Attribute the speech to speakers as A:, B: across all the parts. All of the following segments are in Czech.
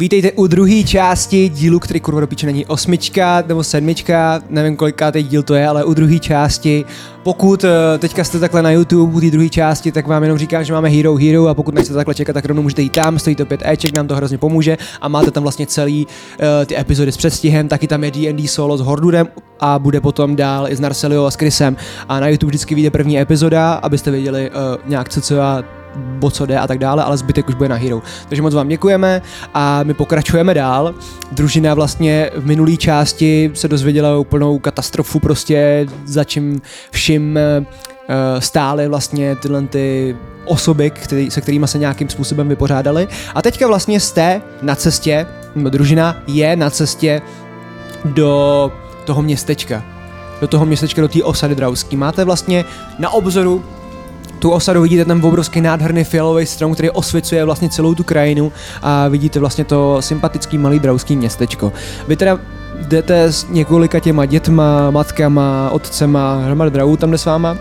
A: Vítejte u druhé části dílu, který kurva do píče není osmička nebo sedmička, nevím kolikátý díl to je, ale u druhé části. Pokud eh, teďka jste takhle na YouTube u té druhé části, tak vám jenom říkám, že máme Hero Hero a pokud nechcete takhle čekat, tak rovnou můžete jít tam, stojí to 5 Eček, nám to hrozně pomůže a máte tam vlastně celý eh, ty epizody s předstihem, taky tam je D&D solo s Hordurem a bude potom dál i s Narcelio a s Chrisem a na YouTube vždycky vyjde první epizoda, abyste věděli eh, nějak co co a o co jde a tak dále, ale zbytek už bude na Hero. Takže moc vám děkujeme a my pokračujeme dál. Družina vlastně v minulé části se dozvěděla úplnou katastrofu prostě, za čím vším eh, stály vlastně tyhle ty osoby, který, se kterými se nějakým způsobem vypořádali. A teďka vlastně jste na cestě, nebo družina je na cestě do toho městečka. Do toho městečka, do té osady Drausky. Máte vlastně na obzoru tu osadu vidíte tam obrovský nádherný fialový strom, který osvěcuje vlastně celou tu krajinu a vidíte vlastně to sympatický malý drauský městečko. Vy teda jdete s několika těma dětma, matkama, otcema, hromad draů tam jde s váma.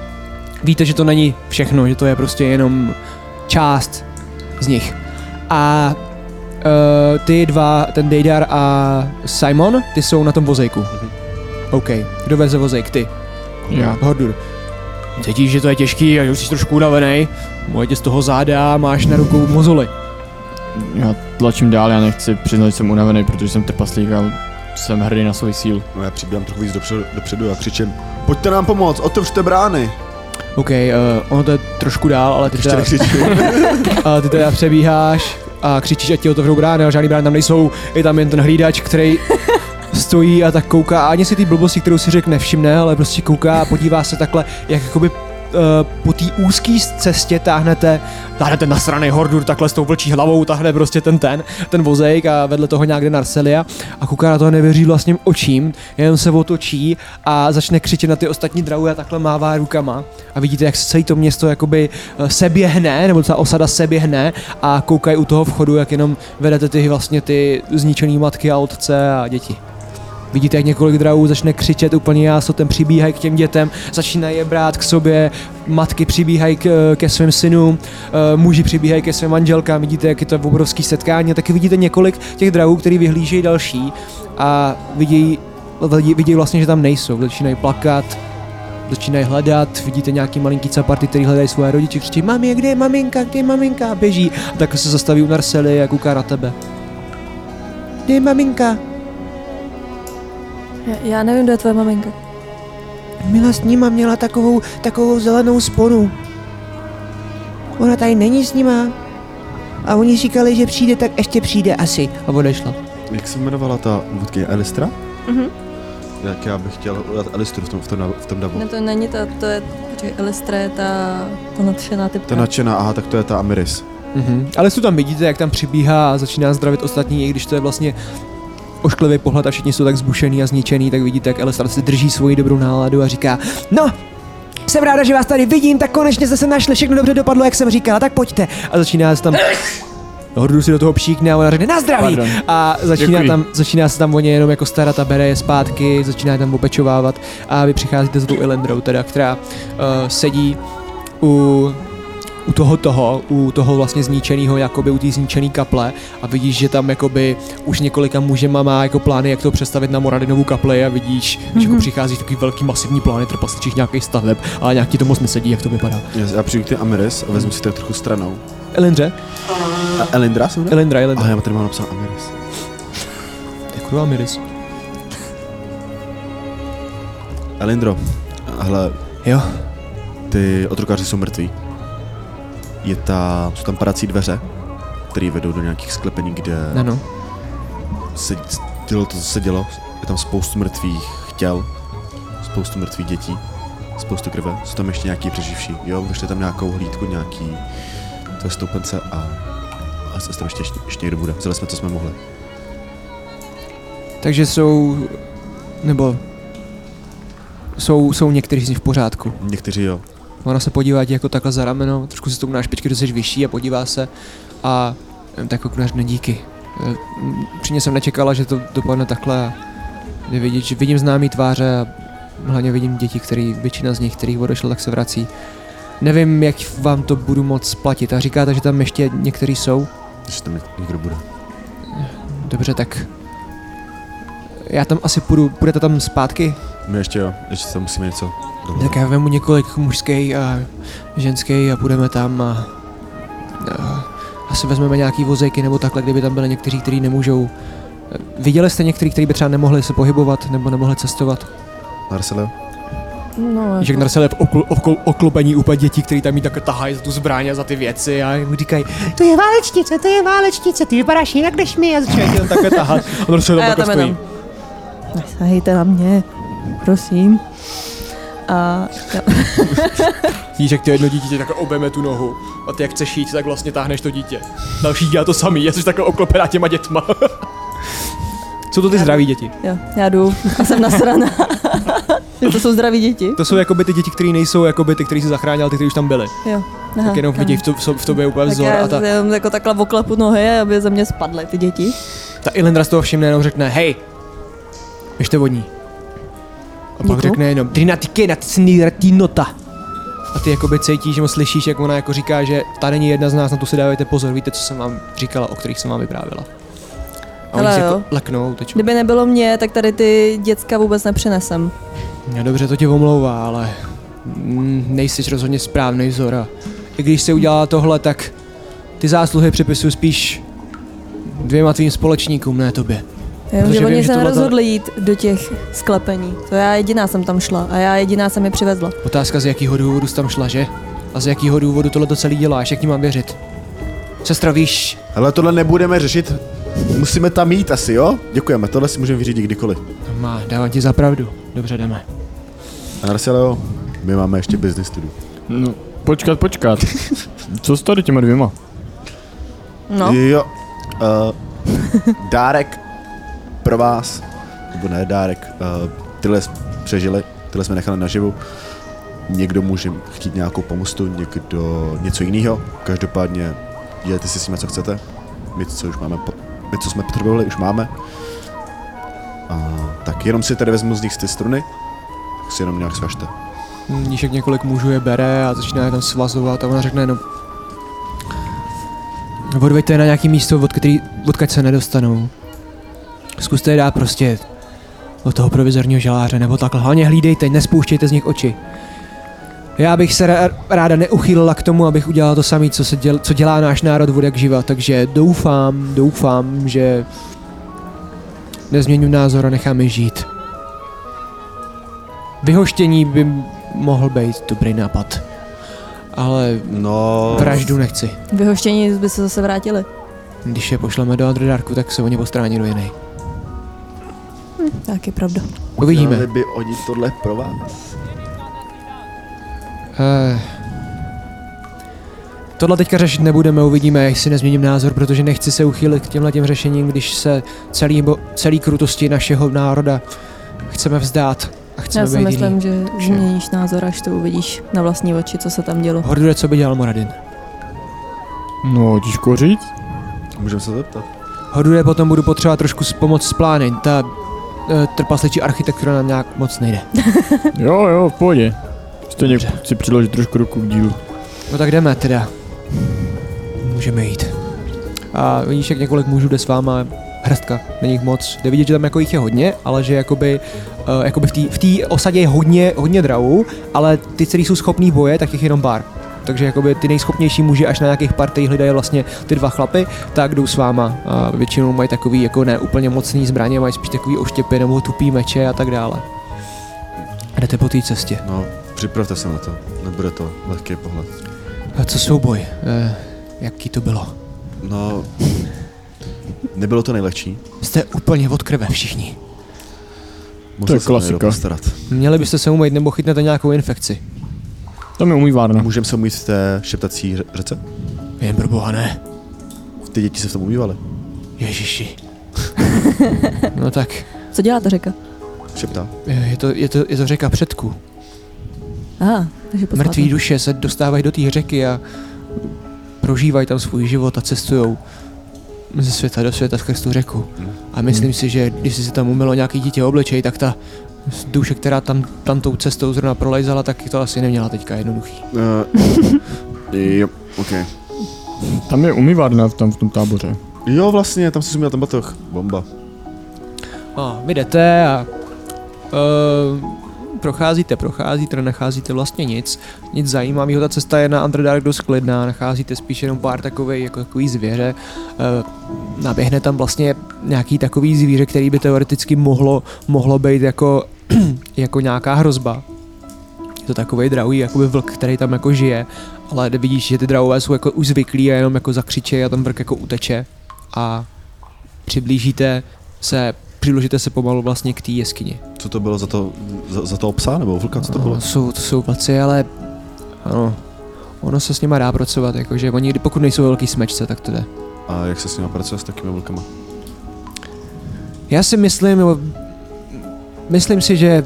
A: Víte, že to není všechno, že to je prostě jenom část z nich. A uh, ty dva, ten Deidar a Simon, ty jsou na tom vozejku. OK, kdo veze vozejk? Ty.
B: Já.
A: Hordur. Cítíš, že to je těžký a že už jsi trošku unavený. Moje tě z toho záda a máš na rukou mozoli.
B: Já tlačím dál, já nechci přiznat, že jsem unavený, protože jsem trpaslík a jsem hrdý na svůj síl.
C: No já přibírám trochu víc dopředu, dopředu a křičím, pojďte nám pomoct, otevřte brány.
A: OK, uh, ono to je trošku dál, ale ty
C: Ještě
A: teda,
C: nekřičím.
A: uh, ty teda přebíháš a křičíš, ať ti otevřou brány, ale žádný brány tam nejsou. Je tam jen ten hlídač, který stojí a tak kouká. A ani si ty blbosti, kterou si řekl, nevšimne, ale prostě kouká a podívá se takhle, jak jakoby uh, po té úzké cestě táhnete, táhne ten nasraný hordur takhle s tou vlčí hlavou, tahne prostě ten ten, ten vozejk a vedle toho nějak jde Narcelia a kouká na toho nevěří vlastním očím, jenom se otočí a začne křičet na ty ostatní drahu a takhle mává rukama a vidíte, jak se celé to město jakoby eh, seběhne, nebo ta osada seběhne a koukají u toho vchodu, jak jenom vedete ty vlastně ty zničený matky a otce a děti. Vidíte, jak několik drahů začne křičet úplně jásotem, přibíhají k těm dětem, začínají je brát k sobě, matky přibíhají k, ke svým synům, eh, muži přibíhají ke svým manželkám, vidíte, jak je to obrovský setkání, a taky vidíte několik těch drahů, který vyhlížejí další a vidějí, vidí- vidějí vlastně, že tam nejsou, začínají plakat, začínají hledat, vidíte nějaký malinký caparty, který hledají svoje rodiče, křičí, mami, kde je maminka, kde je maminka, a běží, a tak se zastaví u Narcely a kouká na tebe. Kde je maminka?
D: Já, já nevím, kdo je tvoje maminka.
E: Mila s nima měla takovou, takovou zelenou sporu. Ona tady není s nima. A oni říkali, že přijde, tak ještě přijde asi.
A: A odešla.
C: Jak se jmenovala ta vodkyně Elistra?
D: Mhm.
C: Jak já bych chtěl udělat Elistru v tom, v tom, davu- v tom davu.
D: Ne, to není ta, to je, počkej, Elistra je ta, ta nadšená typka.
C: Ta nadšená, aha, tak to je ta Amiris.
A: Mhm. Ale tu tam vidíte, jak tam přibíhá a začíná zdravit ostatní, i když to je vlastně ošklivý pohled a všichni jsou tak zbušený a zničený, tak vidíte, jak Elestad si drží svoji dobrou náladu a říká
E: No, jsem ráda, že vás tady vidím, tak konečně jste se našli, všechno dobře dopadlo, jak jsem říkala, tak pojďte.
A: a začíná se tam Hordu si do toho pšíkne a ona řekne na zdraví
B: Pardon.
A: a začíná,
B: Děkuji.
A: tam, začíná se tam o ně jenom jako starat a bere je zpátky, začíná je tam opečovávat a vy přicházíte s tou Elendrou teda, která uh, sedí u u toho toho, u toho vlastně zničeného, jakoby u té zničené kaple a vidíš, že tam jakoby už několika mužema má jako plány, jak to přestavit na Moradinovu kapli a vidíš, mm-hmm. že jako přichází takový velký masivní plány trpasličích nějakých staveb, ale nějak ti to moc nesedí, jak to vypadá.
C: Já, já přijdu k té Amiris a vezmu si tak trochu stranou.
A: Elendře,
C: A Elindra jsem jmenuje?
A: Elendra, Elendra.
C: Aha, já tady mám napsal Amiris.
A: To je kurva Miris.
C: Elindro, hele,
A: Jo.
C: ty otrokáři jsou mrtví. Je ta, jsou tam padací dveře, které vedou do nějakých sklepení, kde
A: Ano.
C: se dělo to, co se dělo. Je tam spoustu mrtvých těl, spoustu mrtvých dětí, spoustu krve. Jsou tam ještě nějaký přeživší. Jo, vyšli tam nějakou hlídku, nějaký to je stoupence a a se tam ještě, ještě, ještě někdo bude. Vzali jsme, co jsme mohli.
A: Takže jsou... Nebo... Jsou, jsou někteří z nich v pořádku.
C: Někteří jo.
A: Ona se podívá ti jako takhle za rameno, trošku se tomu na špičky, že jsi vyšší a podívá se a em, tak koukne na díky. Eh, m, Upřímně jsem nečekala, že to dopadne takhle. a Je vidět, že vidím známý tváře a hlavně vidím děti, který, většina z nich, kterých odešlo, tak se vrací. Nevím, jak vám to budu moc platit. A říkáte, že tam ještě někteří jsou?
C: Když tam něk- někdo bude.
A: Dobře, tak já tam asi půjdu, půjdete tam zpátky?
C: My ještě jo, ještě se musíme něco dohledat.
A: Tak já vemu několik mužský a ženský a půjdeme tam a, a asi vezmeme nějaký vozejky nebo takhle, kdyby tam byly někteří, kteří nemůžou. Eh, Viděli jste některý, kteří by třeba nemohli se pohybovat nebo nemohli cestovat?
C: Marcelo?
D: No,
A: Že
D: jako,
A: Narcel je v oklu, oklu, oklubení úplně dětí, který tam jí tak tahají za tu zbraň a za ty věci a mu říkají,
F: To je válečnice, to je válečnice, ty vypadáš jinak než my. A začínají
A: "Chtěl takhle tahat. A Narcel
D: a
A: tam
D: já tam
A: takhle stojí.
D: jenom. Nesahejte na mě, prosím. A
A: Vidíš, jak to jedno dítě tě takhle obeme tu nohu a ty jak chceš jít, tak vlastně táhneš to dítě. Další dělá to samý, já jsi takhle oklopená těma dětma. Jsou to ty zdraví děti.
D: jo, já jdu a jsem nasraná. Že to jsou zdraví děti.
A: To jsou jakoby ty děti, které nejsou jakoby ty, které jsi zachránil, ty, kteří už tam byly.
D: Jo. Aha,
A: tak jenom vidí v, to, v so- v tobě úplně
D: tak
A: vzor
D: já
A: a ta,
D: jenom jako takhle oklepu nohy, aby ze mě spadly ty děti.
A: ta Ilendra z toho všimne jenom řekne, hej, běžte vodní. A pak
D: Děkuju.
A: řekne jenom, drinatike nad snirtinota. A ty jakoby cítíš, nebo slyšíš, jak ona jako říká, že ta není jedna z nás, na tu si dávajte pozor, víte, co jsem vám říkala, o kterých jsem vám vyprávěla. A oni
D: Hele,
A: si
D: jo.
A: jako leknou, tečou.
D: Kdyby nebylo mě, tak tady ty děcka vůbec nepřinesem.
A: No dobře, to tě omlouvá, ale mm, nejsi rozhodně správný Zora. I když se udělá tohle, tak ty zásluhy připisuju spíš dvěma tvým společníkům, ne tobě.
D: Jo,
A: Protože
D: že
A: vím,
D: oni
A: že
D: se
A: tohle-
D: nerozhodli jít do těch sklepení. To já jediná jsem tam šla a já jediná jsem je přivezla.
A: Otázka, z jakého důvodu jsi tam šla, že? A z jakého důvodu tohle to celý děláš, jak ti mám věřit? Sestra, víš,
C: Ale tohle nebudeme řešit. Musíme tam jít asi, jo? Děkujeme, tohle si můžeme vyřídit kdykoliv.
A: má, dávám ti za pravdu. Dobře, jdeme.
C: Marcelo, my máme ještě business studiu.
B: No, počkat, počkat. Co s tady těma dvěma?
D: No,
C: Jo. Uh, dárek pro vás. Nebo ne, dárek. Uh, tyhle jsme přežili, tyhle jsme nechali naživu. Někdo může chtít nějakou pomostu, někdo něco jiného. Každopádně dělejte si s nimi, co chcete. My, co už máme, pot- my, co jsme potřebovali, už máme. Uh, tak jenom si tady vezmu z nich z ty struny, tak si jenom nějak svažte.
A: Níšek několik mužů je bere a začíná je tam svazovat a ona řekne no. Odveďte je na nějaký místo, od který, odkaď se nedostanou. Zkuste je dát prostě od toho provizorního žaláře, nebo takhle. Hlavně hlídejte, nespouštějte z nich oči. Já bych se ra- ráda neuchýlila k tomu, abych udělala to samé, co, se děl- co dělá náš národ vodek živa, takže doufám, doufám, že nezměním názor a necháme žít. Vyhoštění by m- mohl být dobrý nápad, ale
C: No,
A: vraždu nechci.
D: vyhoštění by se zase vrátili.
A: Když je pošleme do Andredárku, tak se o ně postrání někdo jiný.
D: Tak je pravda.
A: Uvidíme.
C: by oni tohle pro vás?
A: Eh, Tohle teďka řešit nebudeme, uvidíme, jestli nezměním názor, protože nechci se uchýlit k těmhle těm řešením, když se celý, bo, celý krutosti našeho národa chceme vzdát a chceme
D: Já
A: být
D: si
A: jiný.
D: myslím, že
A: Že-
D: změníš názor, až to uvidíš na vlastní oči, co se tam dělo.
A: Hordure, co by dělal Moradin?
B: No, těžko říct.
C: Můžeme se zeptat.
A: Hordure, potom budu potřebovat trošku s- pomoc s plánem. Ta eh, trpasličí architektura nám nějak moc nejde.
B: Jo, jo, v pohodě. Stejně chci přiložit trošku ruku k dílu.
A: No tak jdeme teda. Můžeme jít. A vidíš, jak několik mužů jde s váma, hrstka, není jich moc. Jde vidět, že tam jako jich je hodně, ale že jakoby, uh, jakoby v té v tý osadě je hodně, hodně dravů, ale ty, kteří jsou schopní boje, tak jich je jenom pár. Takže jakoby ty nejschopnější muži až na nějakých pár, který hledají vlastně ty dva chlapy, tak jdou s váma. A většinou mají takový jako ne úplně mocný zbraně, mají spíš takový oštěpy nebo tupý meče a tak dále. A jdete po té cestě.
C: No, připravte se na to. Nebude to lehký pohled.
A: A co souboj? Eh, jaký to bylo?
C: No, nebylo to nejlehčí.
A: Jste úplně od krve všichni.
C: Musel
B: je
C: se o něj
B: klasika.
C: postarat.
A: Měli byste se umýt nebo chytnete nějakou infekci.
B: Tam je umývárna.
C: Můžeme se umýt v té šeptací ře- řece?
A: Jen pro boha ne.
C: Ty děti se v tom umývaly.
A: Ježiši. no tak,
D: Co dělá ta řeka?
C: Šeptá.
A: eh, je to, je to, je to řeka předků.
D: Aha, takže poslala
A: Mrtví
D: to.
A: duše se dostávají do té řeky a prožívají tam svůj život a cestují ze světa do světa skrz tu řeku. A myslím si, že když si se tam umylo nějaký dítě obličej, tak ta duše, která tam, tam tou cestou zrovna prolejzala, tak to asi neměla teďka jednoduchý.
C: Uh, jo, ok.
B: Tam je umývárna v tam v tom táboře.
C: Jo, vlastně, tam jsem měl ten batoh. Bomba.
A: A vy jdete a uh, procházíte, procházíte, nacházíte vlastně nic. Nic zajímavého, ta cesta je na Underdark dost klidná, nacházíte spíš jenom pár takových jako takový zvěře. Uh, naběhne tam vlastně nějaký takový zvíře, který by teoreticky mohlo, mohlo být jako, jako nějaká hrozba. Je to takový drahý jakoby vlk, který tam jako žije, ale vidíš, že ty drahové jsou jako už zvyklí a jenom jako zakřičejí a ten vlk jako uteče a přiblížíte se přiložíte se pomalu vlastně k té jeskyni.
C: Co to bylo za to, za, za to psa nebo vlka, co to
A: No,
C: bylo?
A: jsou, to jsou paci, ale ano, ono se s nima dá pracovat, jakože oni, kdy- pokud nejsou velký smečce, tak to jde.
C: A jak se s ním pracuje s takými vlkama?
A: Já si myslím, nebo myslím si, že eh,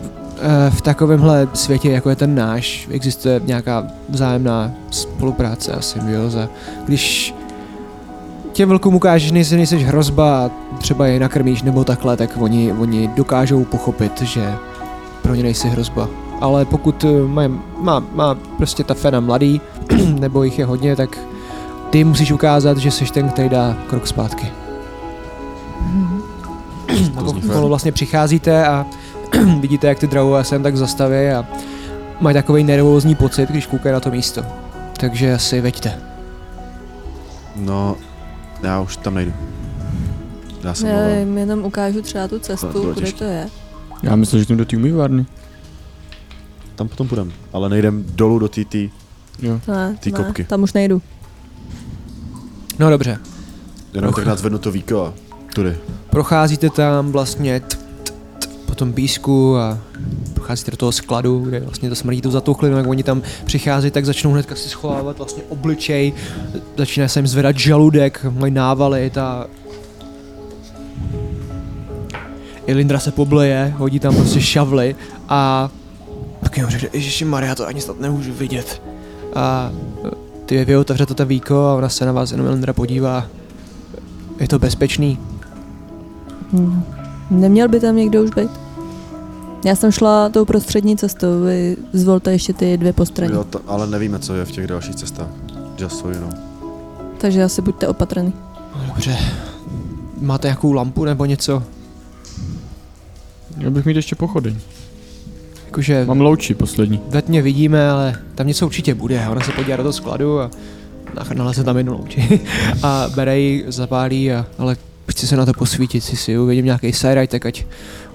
A: v takovémhle světě, jako je ten náš, existuje nějaká vzájemná spolupráce asi, jo, za, když těm vlkům ukážeš, nejsi, nejseš hrozba a třeba je nakrmíš nebo takhle, tak oni, oni dokážou pochopit, že pro ně nejsi hrozba. Ale pokud eh, má, má, má prostě ta fena mladý, nebo jich je hodně, tak ty musíš ukázat, že jsi ten, který dá krok zpátky.
D: Mhm.
C: To zní
A: Kolo
C: fér.
A: vlastně přicházíte a vidíte, jak ty drahové se jen tak zastaví a mají takový nervózní pocit, když koukají na to místo. Takže asi veďte.
C: No, já už tam nejdu. Já jsem
D: Já
C: mluvil.
D: jim jenom ukážu třeba tu
C: To
D: cestu,
C: bylo
D: kde
C: těžké.
D: to je.
B: Já myslím, že jdem do té umývárny.
C: Tam potom půjdem, ale nejdem dolů do té tý,
B: Jo.
D: To ne,
C: Ty
D: ne,
C: kopky.
D: tam už nejdu.
A: No dobře,
C: jenom tak nás zvednu to víko a tudy.
A: procházíte tam vlastně t, t, t, po tom písku a procházíte do toho skladu, kde vlastně to smrdí tu zatuchlinu, jak oni tam přicházejí, tak začnou hnedka si schovávat vlastně obličej, začíná se jim zvedat žaludek, mají návaly, ta... Ilindra se pobleje, hodí tam prostě šavly a pak jenom řekne, Ježiši Maria, to ani snad nemůžu vidět. A eh, ty vy otevřete to víko a ona se na vás jenom Ilindra podívá. Je to bezpečný?
D: Neměl by tam někdo už být? Já jsem šla tou prostřední cestou, vy zvolte ještě ty dvě postraní.
C: Jo, to, ale nevíme, co je v těch dalších cestách. Just so you know.
D: Takže asi buďte opatrný.
A: Dobře. Máte nějakou lampu nebo něco?
B: Já bych mít ještě pochodeň.
A: Jakože
B: Mám louči poslední.
A: ve tmě vidíme, ale tam něco určitě bude. Ona se podívá do toho skladu a nach- naleze tam jednu louči. a bere ji, zapálí, a, ale chci se na to posvítit, si si uvidím nějaký sajraj, tak ať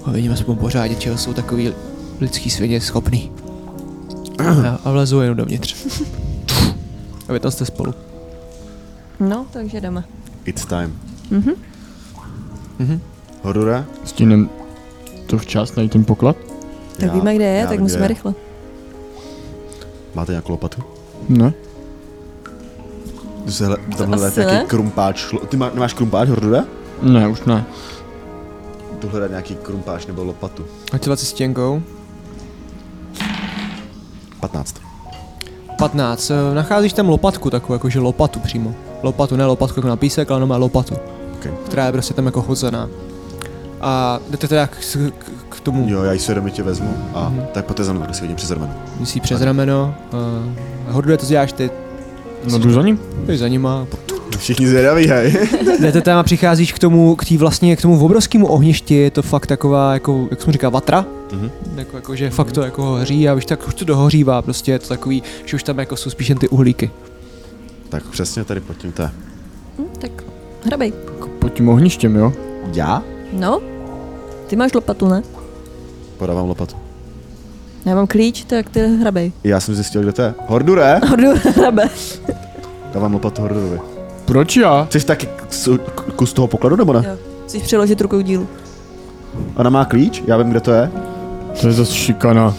A: ho vidím aspoň pořádně, čeho jsou takový lidský svině schopný. A, a vlezu jenom dovnitř. A vy tam jste spolu.
D: No, takže jdeme.
C: It's time.
D: Mhm.
A: Mhm.
C: Horura?
B: Stihnem to včas najít ten poklad?
D: Tak
C: Já-
D: víme, kde je,
C: já
D: tak
C: vím,
D: musíme
C: kde je.
D: rychle.
C: Máte nějakou lopatu?
B: Ne.
C: Jdu se hle, tam hledat
D: asi ne.
C: nějaký krumpáč. lo- Ty má, nemáš krumpáč, Horura?
B: Ne, už ne.
C: Jdu hledat nějaký krumpáč nebo lopatu.
A: Hoď 20 stěnkou.
C: 15.
A: 15. eh, Nacházíš tam lopatku, takovou jakože lopatu přímo. Lopatu, ne lopatku jako na písek, ale má lopatu.
C: Ok.
A: Která je prostě tam jako hozená. A jdete teda k, k, k tomu,
C: Jo, já ji svědomitě vezmu a
A: Hmm. Mhm.
C: tak poté za mnou, když si vidím přes rameno.
A: myslí přes rameno. Uh, hoduje to děláš ty,
B: No jdu za ním.
A: ty za nima.
C: Všichni zvědaví, hej.
A: jdete tam a přicházíš k tomu, k tý vlastně, k tomu obrovskému ohništi, je to fakt taková, jako, jak jsem říkal, vatra.
C: Mhm.
A: Jako, jako, že fakt to jako hoří a už tak už to dohořívá, prostě je to takový, že už tam jako jsou spíš jen ty uhlíky.
C: Tak přesně tady pod tím to je.
D: Hm, tak hrabej.
B: Jako Pod tím ohništěm, jo?
C: Já?
D: No, ty máš lopatu, ne?
C: Podávám lopatu.
D: Já mám klíč, tak ty hrabej.
C: Já jsem zjistil, kde to je. Hordure!
D: Hordu hrabe.
C: Dávám lopatu Hordurovi.
B: Proč já?
C: Chceš taky kus- kus toho pokladu, nebo ne?
D: Jo. Musíš přiložit rukou k dílu.
C: Ona má klíč, já vím, kde to je.
B: To je zase šikana.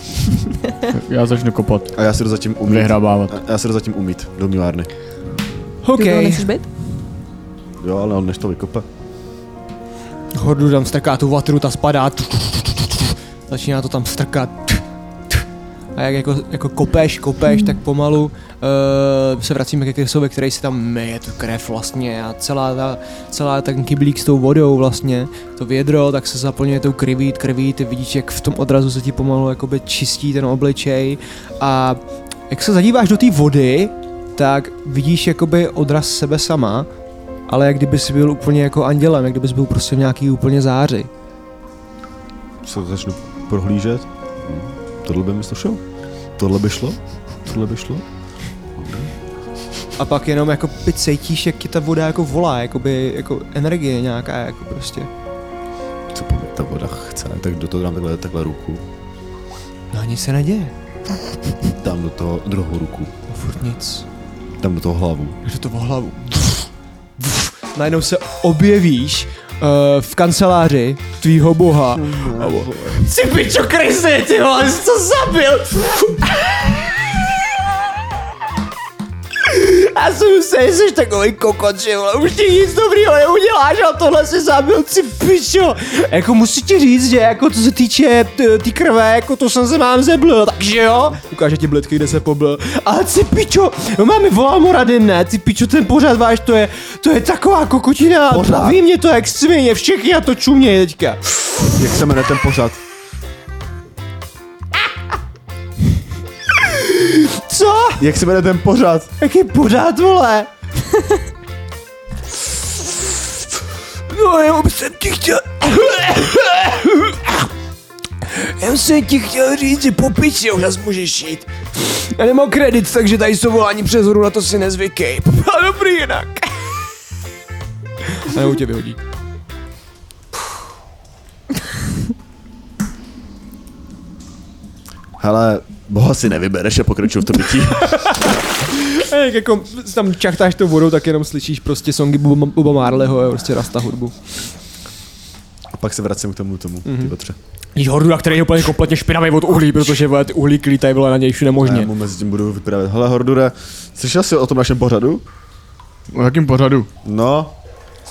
B: já začnu kopat.
C: A já se jdu zatím umít.
B: Vyhrabávat.
C: A- Já se jdu zatím umít do mývárny.
D: Ty u toho
A: OK.
D: nechceš být?
C: Jo, ale on než to vykope.
A: Hordu tam strká tu vatru, ta spadá. Začíná to tam strkat. A jak jako, jako kopeš, kopeš, tak pomalu uh, se vracíme ke Krysovi, který si tam myje tu krev vlastně a celá, ta, celá ten kyblík s tou vodou vlastně, to vědro, tak se zaplňuje tou kriví, kriví, ty vidíš, jak v tom odrazu se ti pomalu jakoby čistí ten obličej a jak se zadíváš do té vody, tak vidíš jakoby odraz sebe sama a ale jak kdyby si byl úplně jako andělem, jak kdyby jsi byl prostě v nějaký úplně záři.
C: se to začnu prohlížet. Hm, Tohle by mi slušelo. Tohle by šlo. Tohle by šlo.
A: A pak jenom jako by cítíš, jak ti ta voda jako volá, jakoby jako energie nějaká jako prostě.
C: Co po mě ta voda chce, tak do toho dám takhle, takhle ruku.
A: No a nic se neděje.
C: Dám do toho druhou ruku.
A: No furt nic.
C: Dám do toho hlavu.
A: Jde to o hlavu. Najednou se objevíš uh, v kanceláři tvýho boha. Jsi pičo krysi, ty vole, jsi to zabil! Já jsem se, jsi takový kokot, že vole, už ti nic dobrýho neuděláš a tohle si zabil, ty pičo. Jako musím ti říct, že jako co se týče t- ty krve, jako to jsem se mám zeblil, takže jo. Ukáže ti bledky, kde se poblil. Ale ty pičo, no máme volám rady, ne, ty pičo, ten pořád váš, to je, to je taková kokotina,
C: Pořád?
A: baví mě to jak svině, všechny a to čumě teďka.
C: Jak se jmenuje ten pořad?
A: Co?
C: Jak se jmenuje ten pořad?
A: Jak je pořád, vole? No, jenom jsem ti chtěl... Já jsem ti chtěl říct, že po piči už nás můžeš jít. Já nemám kredit, takže tady jsou volání přes hru, na to si nezvykej. Ale dobrý jinak. A nebo tě vyhodí.
C: Hele, boha si nevybereš a pokračuju v to bytí.
A: A jak jako tam čachtáš tou vodou, tak jenom slyšíš prostě songy Boba, Boba Marleyho a prostě rasta hudbu.
C: a pak se vracím k tomu tomu, mm-hmm. ty bratře.
A: Již hordu, na který je úplně kompletně špinavý od uhlí, protože vole, ty uhlíky lítají vole na něj všude
C: A já
A: možně.
C: mu mezi tím budu vyprávět. Hele, Hordure, slyšel jsi o tom našem pořadu?
B: O jakém pořadu?
C: No,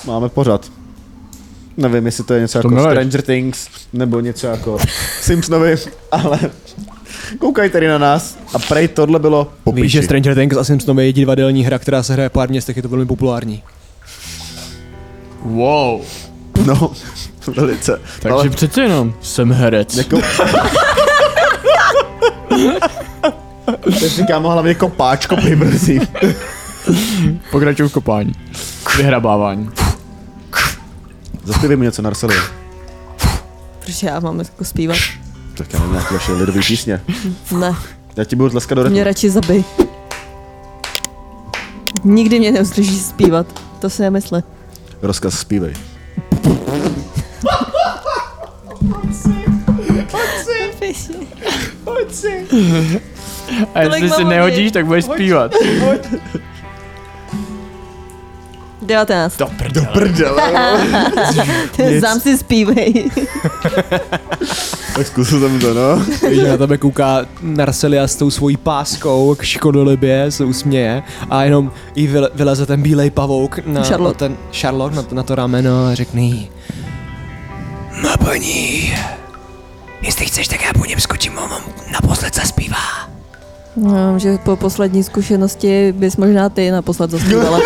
C: máme pořad. Nevím, jestli to je něco
B: To
C: jako
B: miluješ.
C: Stranger Things, nebo něco jako Simpsonovi, ale koukaj tady na nás. A prej tohle bylo po
A: Víš, že
C: píči.
A: Stranger Things a Simpsons je divadelní hra, která se hraje v pár městech, je to velmi populární.
B: Wow.
C: No, velice.
B: Takže
C: ale,
B: přece jenom jsem herec.
C: jako... Teď si kámo hlavně jako kopáčko pejbrzí.
B: Pokračuju v kopání. Vyhrabávání.
C: Zaspívej mi něco, Narsalie.
D: Protože já mám jako zpívat.
C: Tak já nevím, nějaké vaše lidové písně.
D: Ne,
C: Já ti budu tleskat do
D: mě
C: rytmu.
D: radši zabij. Nikdy mě neuslyší zpívat. To si nemysle.
C: Rozkaz zpívej.
B: A jestli si
D: mám
B: nehodíš,
D: hodit?
B: tak budeš zpívat.
D: 19.
B: Do prdele.
C: Prdele.
D: Zám si zpívej.
C: Tak zkusil jsem to, no.
A: Když na tebe kouká Narselia s tou svojí páskou k škodolibě, se usměje a jenom jí vyle- vyleze ten bílej pavouk na, na
D: Charlotte.
A: ten Charlotte, na, to- na to rameno a řekne jí Na paní, jestli chceš, tak já po něm skočím, on vám naposled zaspívá.
D: No, že po poslední zkušenosti bys možná ty naposled zaspívala.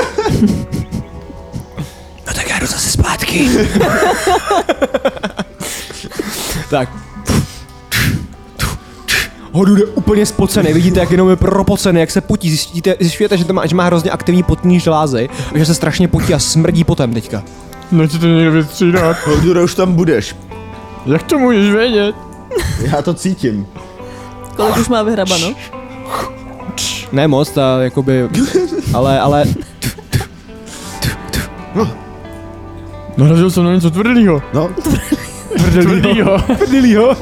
A: No tak já jdu zase zpátky. tak. Hodu jde úplně spocený, vidíte, jak jenom je propocený, jak se potí. Zjistíte, zjišťujete, že, to má, že má hrozně aktivní potní žlázy, že se strašně potí a smrdí potem teďka.
B: No co to někdo vystřídat?
C: Hordure, už tam budeš.
B: Jak to můžeš vědět?
C: Já to cítím.
D: Kolik už má no? vyhrabano?
A: Ne moc, ta jakoby, ale, ale
B: Narazil jsem na něco tvrdýho.
C: No,
B: Tvrdýho. Tvrdýho.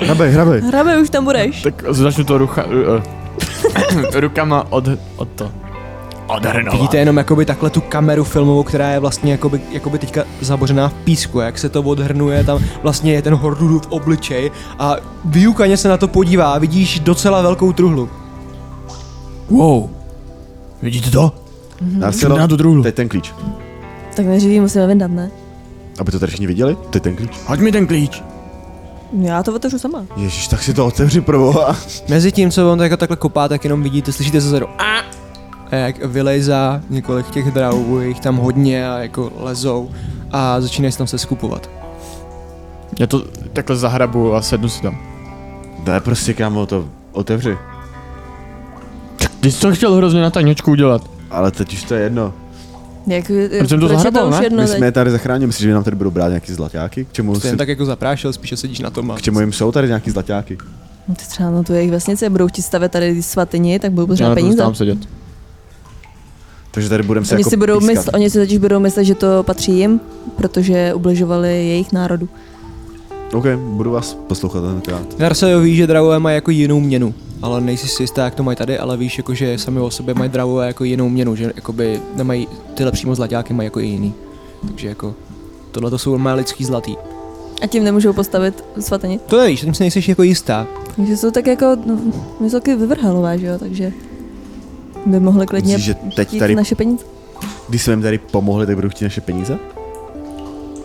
C: hrabej, hrabej.
D: Hrabe, už tam budeš.
B: tak začnu to rucha... Uh, rukama od, od to. Odhrnout.
A: vidíte jenom jakoby takhle tu kameru filmovou, která je vlastně jakoby, jakoby teďka zabořená v písku, jak se to odhrnuje, tam vlastně je ten hordudu v obličej a vyukaně se na to podívá, vidíš docela velkou truhlu.
B: Wow. Vidíte to?
C: Narsilo,
B: Dá do druhu.
C: teď ten klíč.
D: Tak neživí musíme vyndat, ne?
C: Aby to tady všichni viděli, teď ten klíč.
B: Hoď mi ten klíč.
D: Já to otevřu sama.
C: Ježíš, tak si to otevři proboha.
A: Mezi tím, co on tak jako takhle kopá, tak jenom vidíte, slyšíte se zadu. A a jak vylejzá několik těch drahů, je jich tam hodně a jako lezou a začínají se tam se skupovat.
B: Já to takhle zahrabu a sednu si tam.
C: Ne, prostě kámo, to otevři.
B: Ty jsi to chtěl hrozně na tajňočku udělat.
C: Ale teď už to je jedno.
D: Jak,
B: Proč jsem to
D: proč je
B: zahrabal,
D: to už
B: ne?
D: jedno
C: My
D: teď?
C: jsme je tady zachránili, myslíš, že nám tady budou brát nějaký zlaťáky? K čemu,
A: Jsi jen
C: si,
A: tak jako zaprášil, spíše sedíš na tom a...
C: k čemu jim jsou tady nějaký zlaťáky?
D: No Ty třeba na tu jejich vesnici budou ti stavět tady svatyni, tak budou
B: Já
D: potřebovat
B: na tom
D: peníze.
B: stám sedět.
C: Takže tady budeme No, se
D: Oni
C: jako
D: si, budou mysl,
C: pískat.
D: oni si totiž budou myslet, že to patří jim, protože ubližovali jejich národu.
C: OK, budu vás poslouchat tenkrát.
A: Narsajo ví, že drahové mají jako jinou měnu, ale nejsi si jistá, jak to mají tady, ale víš, jako, že sami o sobě mají drahové jako jinou měnu, že jakoby nemají tyhle přímo zlaťáky, mají jako i jiný. Takže jako tohle to jsou má lidský zlatý.
D: A tím nemůžou postavit svatyni.
A: To nevíš, tím si nejsi jako jistá.
D: Takže jsou tak jako no, vysoky vyvrhalové, že jo, takže by mohli klidně
C: Myslíš, že teď
D: chtít
C: tady,
D: naše peníze.
C: když jsme jim tady pomohli, tak budou chtít naše peníze?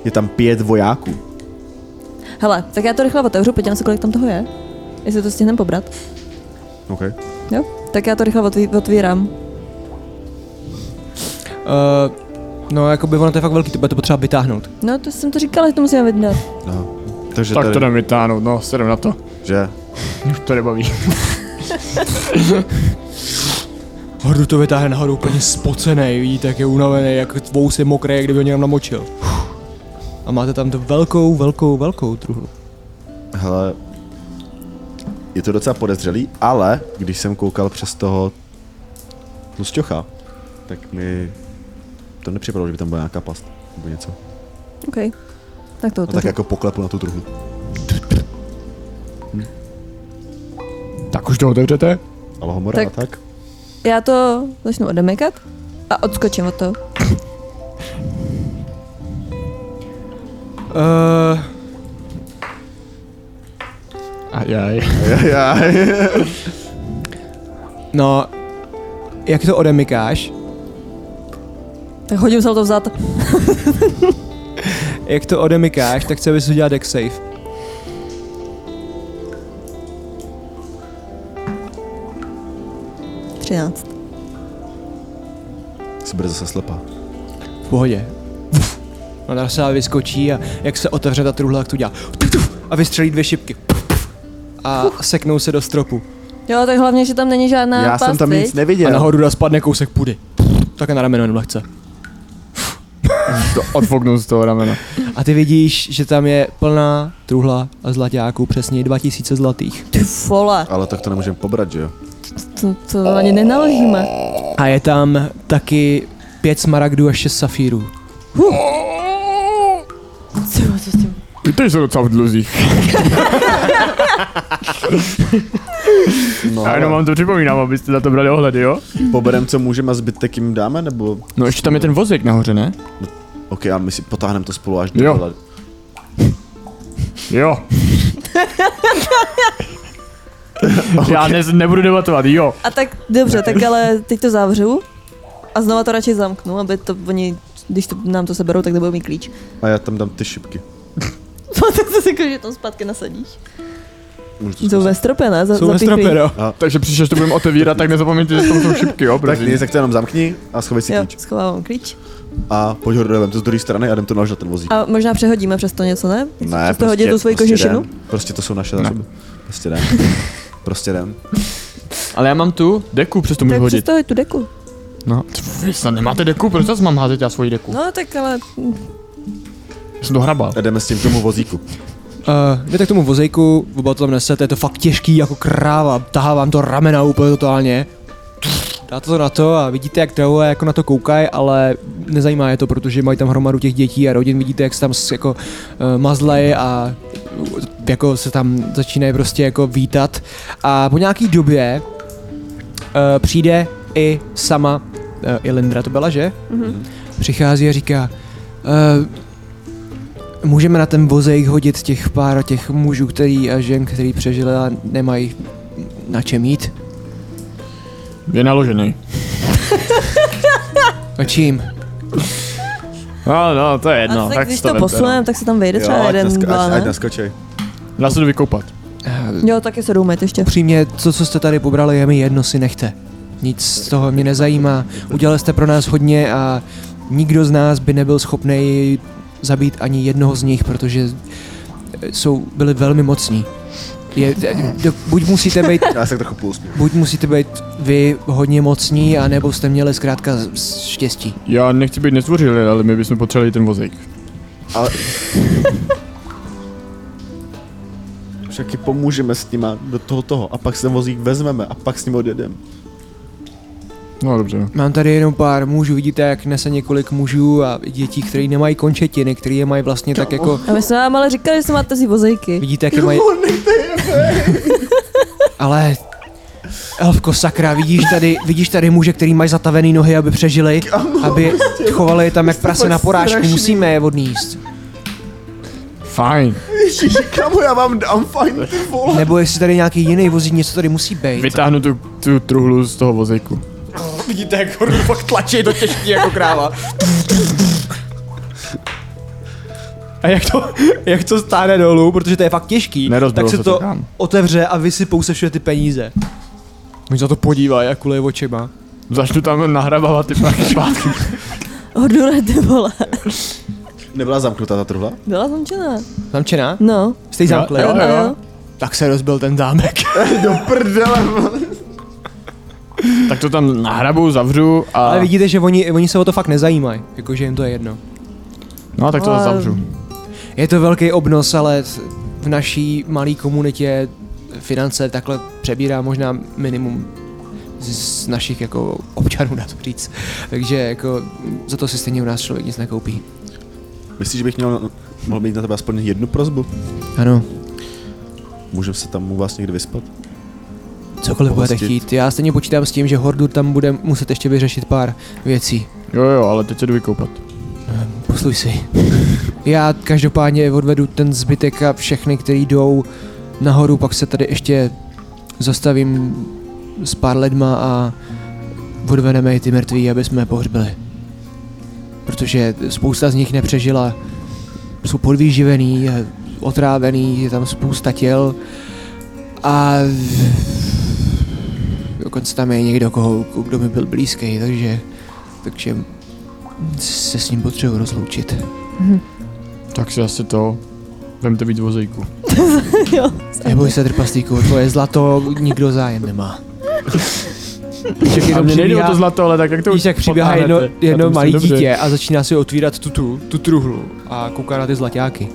C: Je tam pět vojáků.
D: Hele, tak já to rychle otevřu, podívám se, kolik tam toho je. Jestli to stihneme pobrat.
C: OK.
D: Jo? Tak já to rychle otví- otvírám.
A: Uh, no, jako by ono to je fakt velký, to bude to potřeba vytáhnout.
D: No, to jsem to říkala, že to musíme vydat.
C: Aha. No. Takže
B: Tak to
C: tady,
B: jdem vytáhnout, no, sedem na to.
C: že?
B: Už to nebaví.
A: Hordu to vytáhne nahoru úplně spocený, vidíte, jak je unavený, jak tvous je mokré, jak kdyby ho někam namočil. A máte tam tu velkou, velkou, velkou truhlu.
C: Hele, je to docela podezřelý, ale když jsem koukal přes toho tlusťocha, tak mi to nepřipadalo, že by tam byla nějaká past nebo něco.
D: OK. Tak
C: A
D: to
C: No tak
D: otevřu.
C: jako poklepu na tu druhou.
B: tak už to otevřete?
C: Ale homora,
D: Tak-
C: tak. tak?
D: Já to začnu odemykat a odskočím od toho.
A: Uh,
B: A jaj.
A: no, jak to odemykáš,
D: Tak hodím se to vzat.
A: jak to odemykáš, tak chci, abys udělal deck safe.
D: Třináct.
C: Jsi bude zase slepá.
A: V pohodě. No, Narsa vyskočí a jak se otevře ta truhla, tak to dělá. A vystřelí dvě šipky. A seknou se do stropu.
D: Jo, tak hlavně, že tam není žádná
C: Já
D: past,
C: jsem tam
D: viď?
C: nic neviděl.
A: A nahoru da spadne kousek půdy. Také na rameno jenom lehce.
B: To odfoknu z toho ramena.
A: A ty vidíš, že tam je plná truhla a zlaťáků, přesně 2000 zlatých.
D: Ty vole,
C: Ale tak to nemůžeme pobrat, že jo?
D: to, to ani nenaložíme.
A: A je tam taky pět smaragdů a šest safírů.
D: Co, co s tím?
B: Ty teď jsou docela v dluzích.
C: No,
B: Já jenom vám to připomínám, abyste na to brali ohledy, jo?
C: poberem, co můžeme a zbytek jim dáme, nebo...
B: No ještě tam je ten vozík nahoře, ne?
C: OK, ale my si potáhneme to spolu až do
B: Jo.
C: dole.
B: Jo. Já dnes nebudu debatovat, jo.
D: A tak dobře, tak ale teď to zavřu a znova to radši zamknu, aby to oni, když to, nám to seberou, tak nebudou mít klíč.
C: A já tam dám ty šipky.
D: Co to si jako, že tam zpátky nasadíš?
C: Můžu to
D: Jsou
C: zkusit?
D: ve stropě, ne? Za,
A: Jsou ve
D: zapíchli.
A: stropě, no.
B: Takže příště, až to budeme otevírat, tak nezapomeňte, že tam jsou šipky, jo?
C: tak
B: prosím.
C: nic, tak to jenom zamkni a schovej si
D: Jo,
C: klíč.
D: schovávám klíč.
C: A pojď ho dolevem, to z druhé strany a jdem to naložit na ten vozík.
D: A možná přehodíme přes to něco, ne? přes to hodit tu svoji kožešinu?
C: jdem. Prostě to jsou naše
B: Ne.
C: zásoby. Prostě jdem. Prostě jdem.
B: Ale já mám tu deku, přes to můžu
D: Tak přes
B: hodit.
D: to hoď tu deku.
B: No, Tf, vy snad nemáte deku, proč zase mám házet já svoji deku?
D: No tak ale,
B: Já jsem to hrabal.
C: A jdeme s tím k tomu vozíku.
A: Uh, jdete k tomu vozejku, oba to tam nesete, je to fakt těžký jako kráva, tahá vám to ramena úplně totálně. Dáte to na to a vidíte, jak trahové jako na to koukají, ale nezajímá je to, protože mají tam hromadu těch dětí a rodin, vidíte, jak se tam s- jako uh, mazlej a uh, jako se tam začínají prostě jako vítat. A po nějaký době uh, přijde i sama uh, Ilindra, to byla, že? Mm-hmm. Přichází a říká, uh, Můžeme na ten vozejk hodit těch pár těch mužů, který a žen, který přežili a nemají na čem jít?
B: Je naložený.
A: A čím?
B: No, no, to je jedno.
D: a tak,
B: tak
D: když
B: si to
D: to
B: vemte,
D: posuneme, tak se tam vejde třeba
C: ať,
D: jeden,
C: naska-
D: dva,
C: ať, ať
D: ne?
C: naskočej.
B: no. Dá se to vykoupat.
A: Eh,
D: Jo, taky se důmet ještě.
A: Upřímně, to, co jste tady pobrali, je mi jedno, si nechte. Nic z toho mě nezajímá. Udělali jste pro nás hodně a nikdo z nás by nebyl schopný zabít ani jednoho z nich, protože eh, jsou, byli velmi mocní. Je, do, buď musíte být
C: Já se trochu půlspím.
A: Buď musíte být vy hodně mocní, anebo jste měli zkrátka z- z- štěstí.
B: Já nechci být nezdvořilý, ale my bychom potřebovali ten vozík.
C: Však je pomůžeme s nima do toho toho a pak se ten vozík vezmeme a pak s ním odjedeme.
B: No dobře.
A: Mám tady jenom pár mužů, vidíte, jak nese několik mužů a dětí, kteří nemají končetiny, kteří je mají vlastně tak jako...
D: A my jsme vám ale říkali, že se máte si vozejky.
A: Vidíte, jak je mají... Ale... Elfko, sakra, vidíš tady, vidíš tady muže, který mají zatavený nohy, aby přežili, aby chovali je tam jak prase na porážku, musíme je odníst.
B: Fajn.
C: Ježiši, kamo, já vám dám fajn, ty vole.
A: Nebo jestli tady nějaký jiný vozík, něco tady musí být.
B: Vytáhnu tu, tu truhlu z toho vozíku.
C: Vidíte, jak ho fakt tlačí do těžký jako kráva.
A: A jak to, jak to stáne dolů, protože to je fakt těžký,
B: Nerozbilo
A: tak se
B: se
A: to
B: to, kámo.
A: otevře a vysypou se všude ty peníze. Oni za to podívají a kulej očima.
B: Začnu tam nahrabávat ty prachy zpátky.
D: Hodule, ty vole.
C: Nebyla zamknutá ta truhla?
D: Byla zamčená.
A: Zamčená?
D: No.
A: Jste ji zamkli?
B: Jo,
D: No,
B: jo.
D: jo.
A: Tak se rozbil ten zámek.
C: Do prdele,
B: Tak to tam nahrabu, zavřu a...
A: Ale vidíte, že oni, oni se o to fakt nezajímají, jakože jim to je jedno.
B: No tak to
D: Ale-
B: zavřu.
A: Je to velký obnos, ale v naší malé komunitě finance takhle přebírá možná minimum z- z našich jako občanů, dá to říct. Takže jako za to si stejně u nás člověk nic nekoupí.
C: Myslíš, že bych měl, mohl mít na tebe aspoň jednu prozbu?
A: Ano.
C: Můžeme se tam u vás někdy vyspat?
A: Cokoliv budete
C: Pohostit.
A: chtít. Já stejně počítám s tím, že Hordur tam bude muset ještě vyřešit pár věcí.
B: Jo, jo, ale teď se jdu vykoupat.
A: Posluj si. Já každopádně odvedu ten zbytek a všechny, který jdou nahoru, pak se tady ještě zastavím s pár lidma a odvedeme i ty mrtví, aby jsme je pohřbili. Protože spousta z nich nepřežila. Jsou podvýživený, eh, otrávený, je tam spousta těl a dokonce tam je někdo, koho, kdo mi byl blízký, takže, takže se s ním potřebuji rozloučit.
B: Tak si asi to... Vemte víc vozejku.
D: jo.
A: Neboj se trpaslíku, o tvoje zlato nikdo zájem nemá. Však
B: A
A: jenom
B: mně nejde o
A: přibíhá,
B: to zlato, ale tak jak to
A: víš, jak přibíhá jedno,
B: potáhnete? Já to
A: jedno
B: myslím
A: malý
B: dobře.
A: dítě a začíná si otvírat tu, tu, tu truhlu a kouká na ty zlaťáky.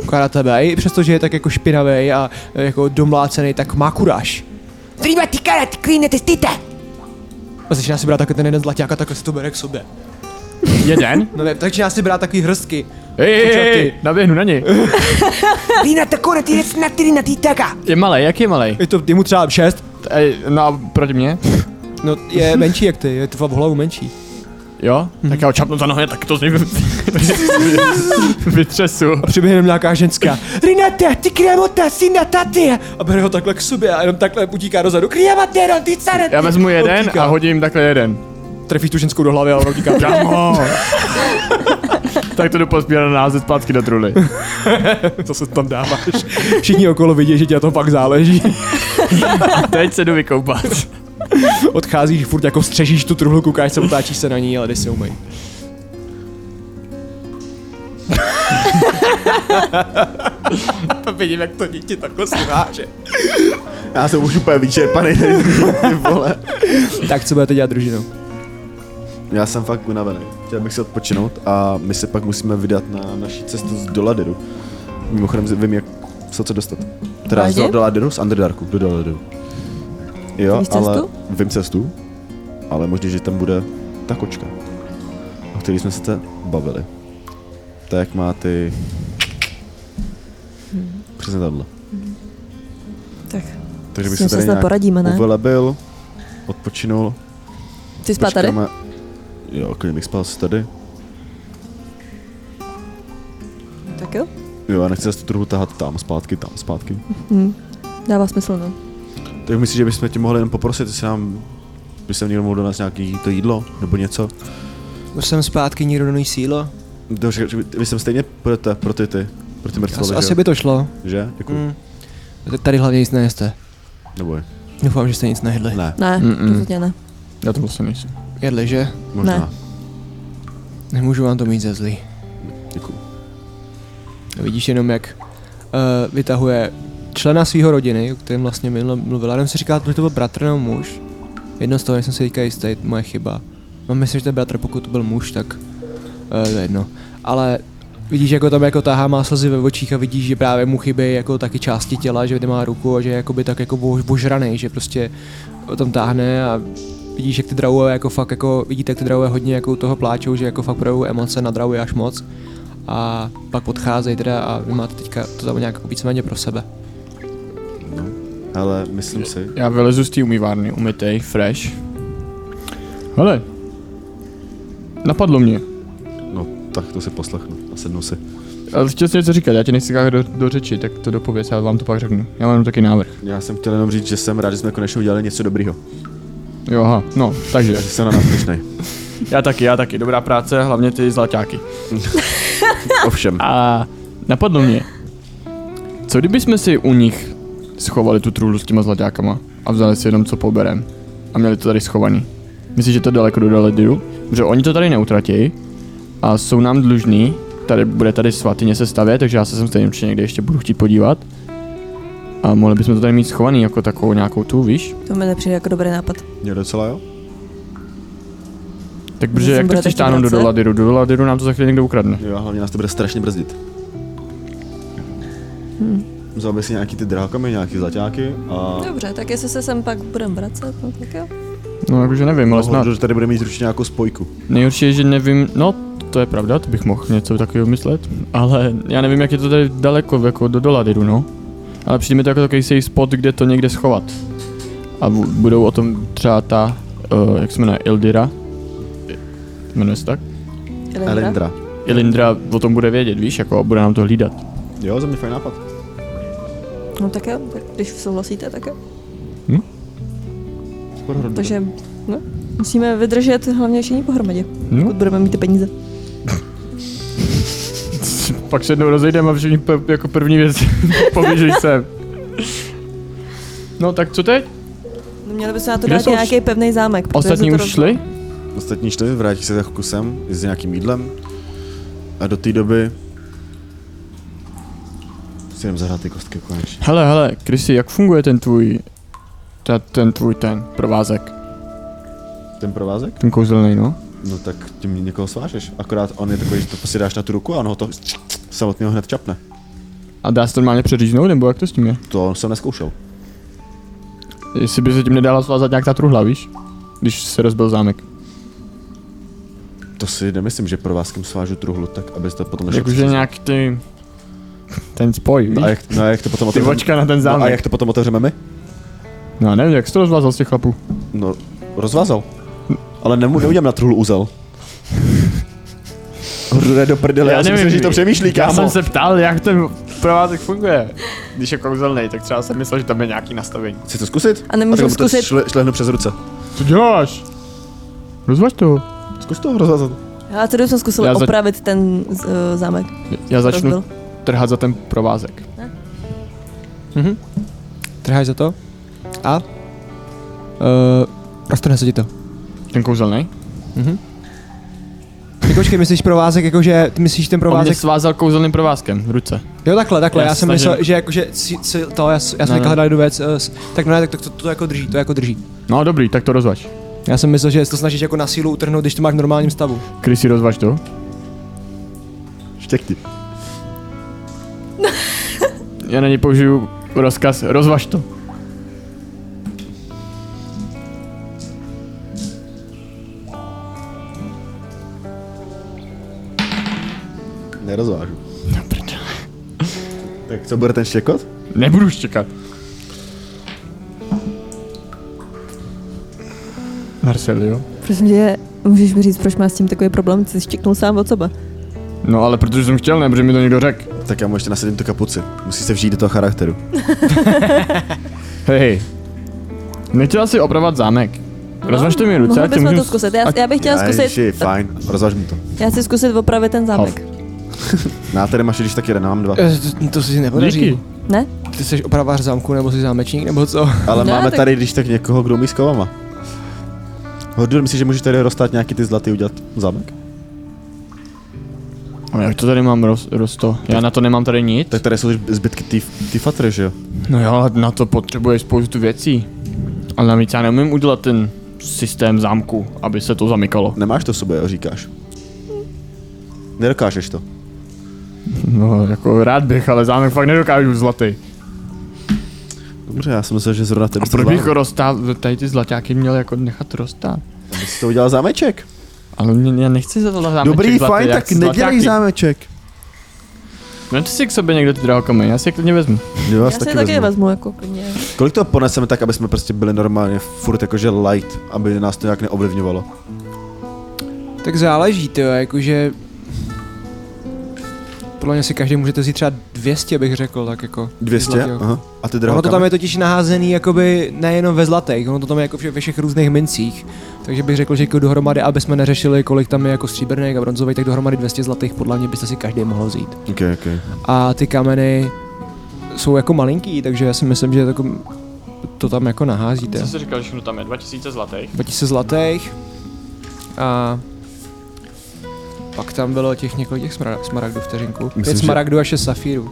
A: Kouká na tebe a i přesto, že je tak jako špinavý a e, jako domlácený, tak má kuráž.
F: Prima ti e cara, ti kline, ti stite.
A: A začíná si brát takový ten jeden zlaťák a takhle si to bere k sobě.
B: Jeden?
A: No ne, začíná si brát takový hrstky.
B: Hej, hej,
A: Počkej.
B: hej, naběhnu na něj.
F: Rina ta kone, ti na tirina ti taka.
B: Je malý, jak je malý?
A: Je to, je mu třeba šest,
B: No a proti mě?
A: no je menší jak ty, je to v hlavu menší.
B: Jo? Tak já ho čapnu za nohy, tak to z něj vytřesu.
A: A přiběhne nějaká ženská.
F: Rinata, ti kremota, sina tatia.
A: a bere ho takhle k sobě a jenom takhle utíká dozadu.
F: Kriamatero, ti cara.
B: Já vezmu jeden
A: Utíká.
B: a hodím takhle jeden.
A: Trefí tu ženskou do hlavy a ona utíká.
B: Kamo! tak to jdu pospírat na název zpátky do truly.
A: Co se tam dáváš? Všichni okolo vidí, že tě na to pak záleží.
B: Teď se jdu vykoupat.
A: Odcházíš furt jako střežíš tu truhlu, koukáš se, otáčíš se na ní, ale jde se umej. to vidím, jak to dítě takhle sráže.
C: Já jsem už úplně vyčerpaný, ty vole.
A: Tak co budete dělat družinou?
C: Já jsem fakt unavený. Chtěl bych si odpočinout a my se pak musíme vydat na naši cestu z Doladeru. Mimochodem vím, jak se co dostat. Teda z
D: Vážně?
C: Doladeru, z Underdarku, do Doladeru. Jo,
D: Víš
C: ale
D: cestu?
C: vím cestu, ale možná, že tam bude ta kočka, o které jsme se te bavili. Tak jak má ty... Přesně tahle.
D: Mhm. Tak,
C: Takže bych
D: s
C: se
D: tím se
C: tady
D: snad
C: nějak
D: poradíme, ne?
C: uvelebil, odpočinul
D: Ty spát tady?
C: Počkáme- Jo, klidně bych spal si tady.
D: Tak jo.
C: Jo, já nechci zase tu truhlu tahat tam, zpátky, tam, zpátky.
D: Dává smysl, no.
C: Tak myslím, že bychom tě mohli jenom poprosit, jestli nám by se někdo mohl donést nějaký to jídlo nebo něco.
A: Už jsem zpátky, nikdo není sílo.
C: Dobře, že vy- vy sem stejně půjdete pro ty ty, pro ty mrtvoly,
A: Asi,
C: že?
A: asi
C: jo?
A: by to šlo.
C: Že? Děkuju.
A: Mm. Tady hlavně nic nejeste.
C: Nebo je.
A: Doufám, že jste nic nejedli.
C: Ne,
D: Ne,
B: Mm-mm.
D: rozhodně ne.
B: Já to vlastně nejsem.
A: Jedli, že?
C: možná.
A: Nemůžu vám to mít ze zlý.
C: Děkuju.
A: Vidíš jenom, jak uh, vytahuje člena svého rodiny, o kterém vlastně minule mluvila. Jenom si říkal, že to byl bratr nebo muž. Jedno z toho, nejsem si teďka jistý, moje chyba. Mám myslím, že to je bratr, pokud to byl muž, tak uh, to je jedno. Ale vidíš, jako tam jako tahá má slzy ve očích a vidíš, že právě mu chybí jako taky části těla, že nemá ruku a že je jakoby tak jako bož- božranej, že prostě tam táhne a vidíš, jak ty drauové jako fakt jako, vidíte, jak ty drauové hodně jako u toho pláčou, že jako fakt projevou emoce na drauji až moc a pak odcházejí teda a vy máte teďka to tam nějak jako víceméně pro sebe.
C: No, ale myslím si,
B: Já vylezu z té umývárny, umytej, fresh. Hele, napadlo mě.
C: no tak to si poslechnu a sednu si.
B: Ale chtěl jsem něco říkat, já ti nechci kát do, do řeči, tak to dopověz, já vám to pak řeknu. Já mám taky návrh.
C: Já jsem chtěl jenom říct, že jsem rád, že jsme konečně udělali něco dobrýho.
B: Jo, aha, no, takže.
C: Já jsem na nás pišnej.
B: Já taky, já taky, dobrá práce, hlavně ty zlaťáky.
C: Ovšem,
B: A napadlo mě, co kdyby jsme si u nich schovali tu trůlu s těma zlaťákama a vzali si jenom co poberem a měli to tady schovaný. Myslíš, že to daleko do Dalediru? Protože oni to tady neutratějí a jsou nám dlužní. Tady bude tady svatyně se stavět, takže já se sem stejně určitě někde ještě budu chtít podívat. A mohli bychom to tady mít schovaný jako takovou nějakou tu, víš?
D: To mi nepřijde jako dobrý nápad.
C: mě docela jo.
B: Tak protože
D: Myslím,
B: jak to
D: bude
B: chceš
D: taky
B: táhnout do
D: práce.
B: Dalediru? Do Dalediru nám to za chvíli někdo ukradne.
C: Jo, a hlavně nás to bude strašně brzdit. Vzal bych si nějaký ty drákamy, nějaký zlaťáky a...
D: Dobře, tak jestli se sem pak budeme vracet, no tak jo.
B: No, jakože nevím, ale snad.
C: Možná, že tady bude mít určitě nějakou spojku.
B: Nejhorší je, že nevím, no to je pravda, to bych mohl něco takového myslet, ale já nevím, jak je to tady daleko, jako do Doladiru, no. Ale přijde mi to jako takový safe spot, kde to někde schovat. A bu- budou o tom třeba ta, uh, jak se jmenuje, Ildira, jmenuje se tak?
C: Elindra.
B: Ilindra o tom bude vědět, víš, jako a bude nám to hlídat.
C: Jo, za mě fajn nápad.
D: No tak jo, tak když souhlasíte, tak jo.
C: Podhromně.
D: Takže no, musíme vydržet hlavně všichni pohromadě,
B: No,
D: pokud budeme mít ty peníze.
B: pak se jednou rozejdeme a všichni pe- jako první věc poběží sem. No tak co teď?
D: No, měli bychom na to
B: Kde
D: dát
B: jsou vš-
D: nějaký pevný zámek. protože
B: Ostatní
D: se
B: už
D: to roz-
B: šli?
C: Ostatní šli, vrátí se za chvilku sem i s nějakým jídlem. A do té doby... Si jdem zahrát ty kostky konečně.
B: Hele, hele, Krysy, jak funguje ten tvůj, ta, ten tvůj ten provázek,
C: Ten provázek?
B: ten kouzelný, no?
C: No tak tím někoho svážeš. Akorát on je takový, že to si dáš na tu ruku a on ho to samotného hned čapne.
B: A dá se to normálně přeříznout, nebo jak to s tím je?
C: To jsem neskoušel.
B: Jestli by se tím nedala svázat nějak ta truhla, víš? Když se rozbil zámek.
C: To si nemyslím, že provázkem svážu truhlu, tak aby to potom nešlo
B: Jakože
C: přes-
B: nějak ty... Ten spoj, víš?
C: No a jak, no a jak to potom
B: Ty
C: otevřeme?
B: očka na ten
C: No a jak
B: zámek.
C: to potom otevřeme my?
B: No, já nevím, jak jsi to rozvázal z těch chlapů?
C: No, rozvázal. Ale nemu, neudělám na truhlu úzel. Hrude do prdele, já, já si myslím, že to přemýšlí,
B: Já
C: kámo.
B: jsem se ptal, jak ten provázek funguje. Když je kouzelný, tak třeba jsem myslel, že tam je nějaký nastavení.
C: Chci to zkusit?
D: A nemůžu
C: tak mu to
D: zkusit.
C: Šle, šlehnu přes ruce.
B: Co děláš? Rozvaž to.
C: Zkus to rozvázat.
D: Ale tady jsem zkusil
B: Já za-
D: opravit ten z- eh, zámek.
B: Já začnu
D: Rozbil.
B: trhat za ten provázek.
A: Mhm. Trháš za to? A? Uh, roztrhne se ti to.
B: Ten kouzelný?
A: Mhm. Ty počkej, myslíš provázek, jakože, ty myslíš ten
B: On mě
A: provázek?
B: svázal kouzelným provázkem v ruce.
A: Jo, takhle, takhle, já,
B: Já
A: já
B: se
A: jsem
B: snažím-
A: myslel, že jakože, si, si, to, já, s- já jsem
B: Ne,
A: teďka
B: ne.
A: hledal jednu věc, eh, s- tak no ne, tak to, to, to jako drží, to jako drží.
B: No dobrý, tak to rozvaž.
A: Já jsem myslel, že to snažíš jako na sílu utrhnout, když to máš v normálním stavu.
B: Krysy, rozvaž to.
C: Štěkti.
B: Já na něj použiju rozkaz, rozvaž to.
C: Nerozvážu. Tak co bude ten štěkot?
B: Nebudu už čekat. Marcel, jo?
D: Prosím tě, můžeš mi říct, proč máš s tím takový problém? Ty jsi štěknul sám od sebe.
B: No ale protože jsem chtěl, ne, protože mi to někdo řekl.
C: Tak já mu ještě nasadím tu kapuci. Musí se vžít do toho charakteru.
B: Hej, hej. Nechtěla si opravovat zámek. Rozvažte mi ruce,
D: No, Mohli
B: ať tě
D: bychom
B: můžu...
D: to zkusit. Já,
B: ať-
D: já bych chtěla
C: Ježi,
D: zkusit,
C: fajn, rozváž mu to.
D: já chci zkusit opravit ten zámek.
C: Na tady máš když tak jeden, já mám dva.
A: E, To, to si nepodaří.
B: Díky.
D: Ne?
A: Ty jsi opravář zámku nebo jsi zámečník nebo co?
C: Ale
D: Ne,
C: máme
D: No, tak-
C: tady když tak někoho, kdo umí s kovama. Hordur, myslíš, že můžeš tady roztát nějaký ty zlaty udělat zámek?
B: Ale jak to tady mám roz, rosto? Já na to nemám tady nic.
C: Tak tady jsou zbytky ty, ty fatry, že jo?
B: No jo, ale na to potřebuješ spoustu věcí. Ale navíc já neumím udělat ten systém zámku, aby se to zamykalo.
C: Nemáš to v sobě, říkáš. Nedokážeš to.
B: No, jako rád bych, ale zámek fakt nedokážu zlatý.
C: Dobře, já jsem myslel, že zrovna ten
B: A proč bych roztát, tady ty zlaťáky měl jako nechat roztát?
C: jsi to udělal zámeček.
B: Ale mě, já nechci za to zámeček
C: Dobrý,
B: zlatý,
C: fajn,
B: já
C: tak
B: chci
C: nedělej
B: zlaťáky.
C: zámeček.
B: Vemte si k sobě někde No, ty drahokamy, já si je klidně vezmu.
C: Jo,
D: Já si je taky vezmu, jako klidně.
C: Kolik to poneseme tak, aby jsme prostě byli normálně furt jakože light, aby nás to nějak neovlivňovalo?
A: Tak záleží, to jakože... Podle mě si každý můžete vzít třeba 200, bych řekl, tak jako.
C: 200?
A: Zlatý, jo.
C: Aha. A ty
A: Ono
C: drahokamy?
A: to tam je totiž naházený jakoby nejenom ve zlatých, ono to tam je jako vše, ve všech různých mincích. Takže bych řekl, že jako dohromady, aby jsme neřešili, kolik tam je jako stříbrných a bronzových, tak dohromady 200 zlatých podle mě byste si každý mohl vzít.
C: okay, okay.
A: A ty kameny jsou jako malinký, takže já si myslím, že jako to tam jako naházíte.
B: jsi říkal, že tam je 2000 zlatých?
A: 2000 zlatých a pak tam bylo těch několik těch smra- smaragdů vteřinku.
C: Myslím,
A: Pět
C: že-
A: smaragdů a šest safírů.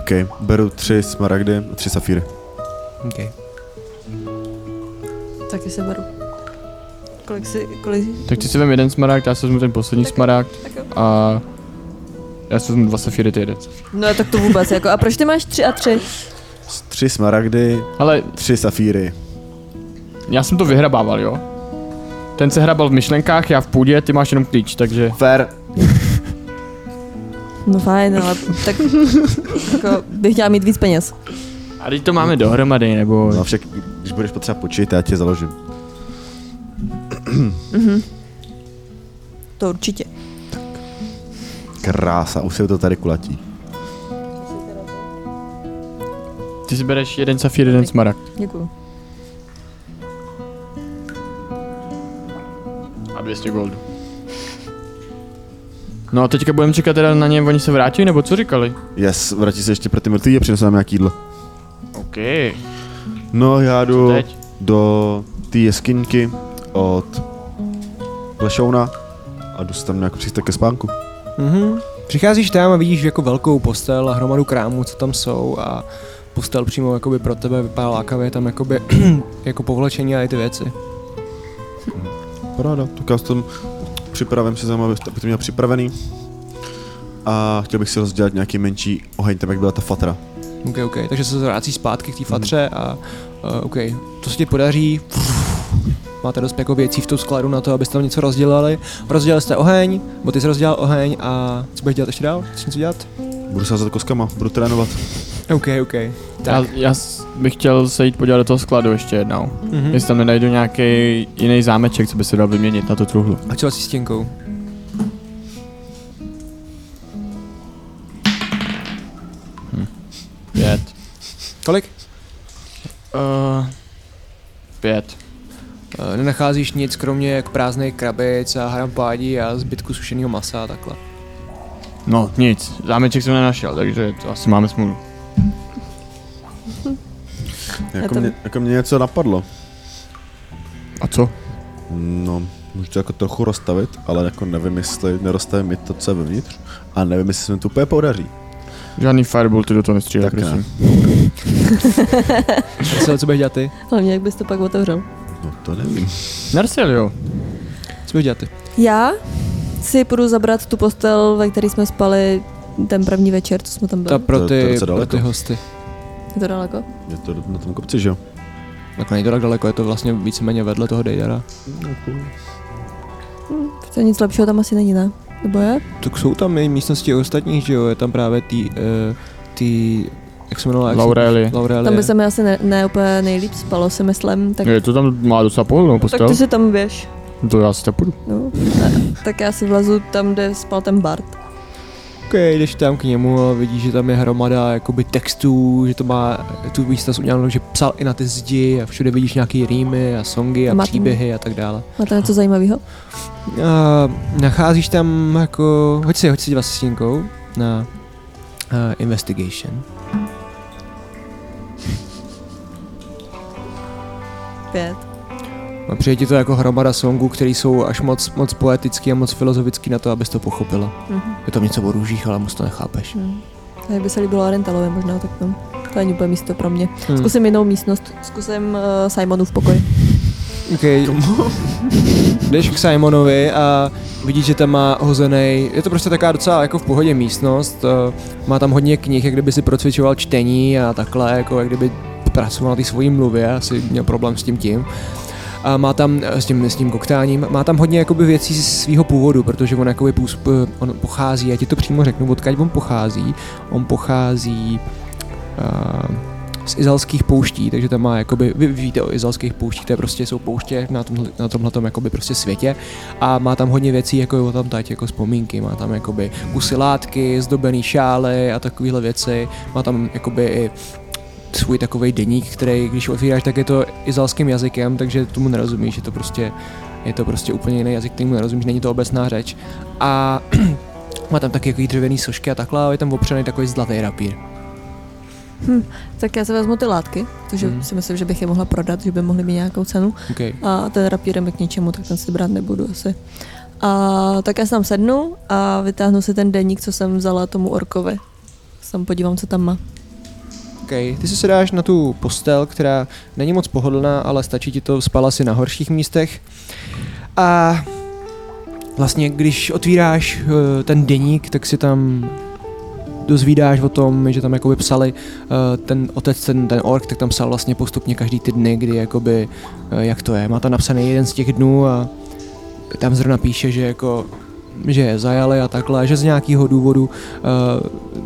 C: Okay. Beru tři smaragdy a tři safíry.
A: Okay.
D: Taky se beru. Kolik si, kolik...
B: Tak ty si vem jeden smaragd, já si vezmu ten poslední smaragd
D: Tak jo.
B: a já si vezmu dva safíry, ty jeden.
D: No tak to vůbec, jako. A proč ty máš tři a tři?
C: S- Tři smaragdy,
B: Ale
C: tři safíry.
B: já jsem to vyhrabával, jo? Ten se hrabal v myšlenkách, já v půdě, ty máš jenom klíč, takže...
C: Fair.
D: No fajn, ale tak jako bych chtěla mít víc peněz.
B: A teď to máme dohromady, nebo...
C: No však, když budeš potřeba počít, já tě založím.
D: To určitě.
C: Krása, už se to tady kulatí.
B: Ty si bereš jeden safír, jeden smaragd.
D: Děkuju.
B: A 200 goldů. No a teďka budeme čekat teda na ně, oni se vrátí, nebo co říkali?
C: Yes, vrátí se ještě pro ty mrtvý a přinesu nám nějaký jídlo.
B: OK,
C: No já jdu
B: teď?
C: do té jeskyňky od Plešouna a jdu se tam nějak přijít ke spánku.
A: Mhm. Přicházíš tam a vidíš jako velkou postel a hromadu krámů, co tam jsou a postel přímo jakoby pro tebe vypadá lákavě, je tam jakoby jako povlečení a i ty věci.
C: Paráda, tak já s tom připravím si tam, aby aby to měl připravený. A chtěl bych si rozdělat nějaký menší oheň, tam jak byla ta fatra.
A: OK, OK, takže se vrací zpátky k té fatře a uh, OK, to se ti podaří. Máte dost jako věcí v tom skladu na to, abyste tam něco rozdělali. Rozdělili jste oheň, bo ty jsi rozdělal oheň a co budeš dělat ještě dál? Chceš něco dělat?
C: Budu sázet koskama, budu trénovat.
A: OK, OK.
B: já,
A: Tak.
B: já s- bych chtěl se jít podívat do toho skladu ještě jednou.
A: Mhm.
B: Jestli tam nenajdu nějaký jiný zámeček, co by se dal vyměnit na tu truhlu.
A: A co asi s těnkou?
B: Pět.
A: Kolik?
B: Uh, pět.
A: Eh, Nenacházíš nic, kromě jak prázdných krabic a hrampádí a zbytku sušeného masa a takhle.
B: No nic, zámeček jsem nenašel, takže to asi máme smůlu.
C: Jako,
D: tam-
C: mě, jako mě něco napadlo.
B: A co?
C: No, můžu to jako trochu rozstavit, ale jako nevím, jestli nerozstavím i to, co je vevnitř. A nevím, jestli se mi to úplně podaří.
B: Žádný fireball ty do toho nestřílej,
C: Tak ne.
B: prosím.
A: Marcel, co budeš dělat ty?
D: Hlavně, jak bys to pak otevřel.
C: No to nevím.
B: Narsil, jo.
A: Co budeš dělat ty?
D: Já si půjdu zabrat tu postel, ve které jsme spali ten první večer, co jsme tam byli.
A: Ta pro
C: To- to je
A: ty,
C: docela
A: pro ty
C: daleko.
A: hosty.
D: Je to daleko?
C: Je to na tom kopci, že jo?
A: Tak nejde tak daleko, je Jako to vlastně víceméně vedle toho Dejdara.
D: To nic lepšího tam asi není, ne? Nebo je?
A: Tak jsou tam i místnosti ostatních, že jo? Je tam právě ty, uh, ty jak se jmenovala? jak se-
B: Laurelie.
A: Laurelie.
D: Tam by se mi asi ne, ne úplně nejlíp spalo, si myslím. Tak,
B: Je to tam má docela pohodlnou
D: tak
B: postel.
D: ty si tam běž.
B: To já si tak půjdu.
D: No. Ne, tak já si vlezu tam, kde spal ten Bart.
A: Ok, jdeš tam k němu a vidíš, že tam je hromada jakoby textů, že to má tu místnost udělanou, že psal i na ty zdi a všude vidíš nějaký rýmy a songy a
D: Má tam-
A: příběhy a tak dále.
D: Má tam něco zajímavého?
A: A nacházíš tam jako, hoď si, hoď si dva s stínkou na uh, investigation.
D: Pět.
A: A přijde ti to jako hromada songů, které jsou až moc, moc poetický a moc filozofický na to, abys to pochopila.
D: Mhm.
A: Je tam něco o růžích, ale moc to nechápeš.
D: A jak Hm. by se líbilo Arentalovi možná, tak tam. To není úplně místo pro mě.
A: Hmm.
D: Zkusím jinou místnost. Zkusím uh, Simonův pokoj.
A: Okay. Jdeš k Simonovi a vidíš, že tam má hozený. Je to prostě taková docela jako v pohodě místnost. eh, Má tam hodně knih, jak kdyby si procvičoval čtení a takhle, jako jak kdyby pracoval na té svojí mluvě, asi měl problém s tím tím. A má tam eh, s tím, s tím koktáním, má tam hodně jakoby věcí z svého původu, protože on, jakoby, půs- eh, on pochází, já ti to přímo řeknu, odkud on pochází. On pochází eh, z izraelských pouští, takže tam má jakoby, vy víte o izraelských pouštích, to je prostě jsou pouště na, tom, na tomhletom jakoby prostě světě a má tam hodně věcí, jako jo, tam tať, jako vzpomínky, má tam jakoby kusy látky, zdobený šály a takovéhle věci, má tam jakoby i svůj takový deník, který když otvíráš, tak je to izraelským jazykem, takže tomu nerozumíš, je to prostě, je to prostě úplně jiný jazyk, kterýmu nerozumíš, není to obecná řeč. A má tam taky takový dřevěný sošky a takhle, a je tam opřený takový zlatý rapír.
D: Tak já si vezmu ty látky, protože
A: Mhm.
D: hmm. si myslím, že bych je mohla prodat, že by mohly mít nějakou cenu.
A: Okay.
D: A ten rapírem je k ničemu, tak ten si brát nebudu asi. A tak já se tam sednu a vytáhnu si ten deník, co jsem vzala tomu orkovi. Sam podívám, co tam má.
A: Okay. Ty si se dáš na tu postel, která není moc pohodlná, ale stačí ti to, spala si na horších místech. A vlastně, když otvíráš eh, ten deník, tak si tam dozvídáš o tom, že tam jakoby psali eh, ten otec, ten, ten ork, tak tam psal vlastně postupně každý ty dny, kdy jakoby, eh, jak to je, má tam napsaný jeden z těch dnů a tam zrovna píše, že jako že je zajali a takhle, že z nějakého důvodu eh,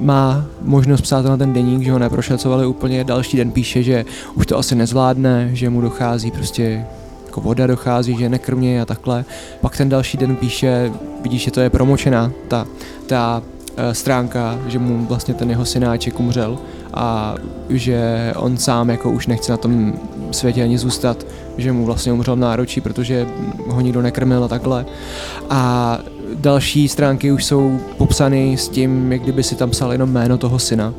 A: má možnost psát na ten deník, že ho neprošacovali úplně, další den píše, že už to asi nezvládne, že mu dochází prostě jako voda dochází, že je nekrmě a takhle. Pak ten další den píše, vidíš, že to je promočená ta, ta eh, stránka, že mu vlastně ten jeho synáček umřel a že on sám jako už nechce na tom světě ani zůstat, že mu vlastně umřel v náročí, protože ho nikdo nekrmil a takhle. A další stránky už jsou popsány s tím, jak kdyby si tam psal jenom jméno toho syna.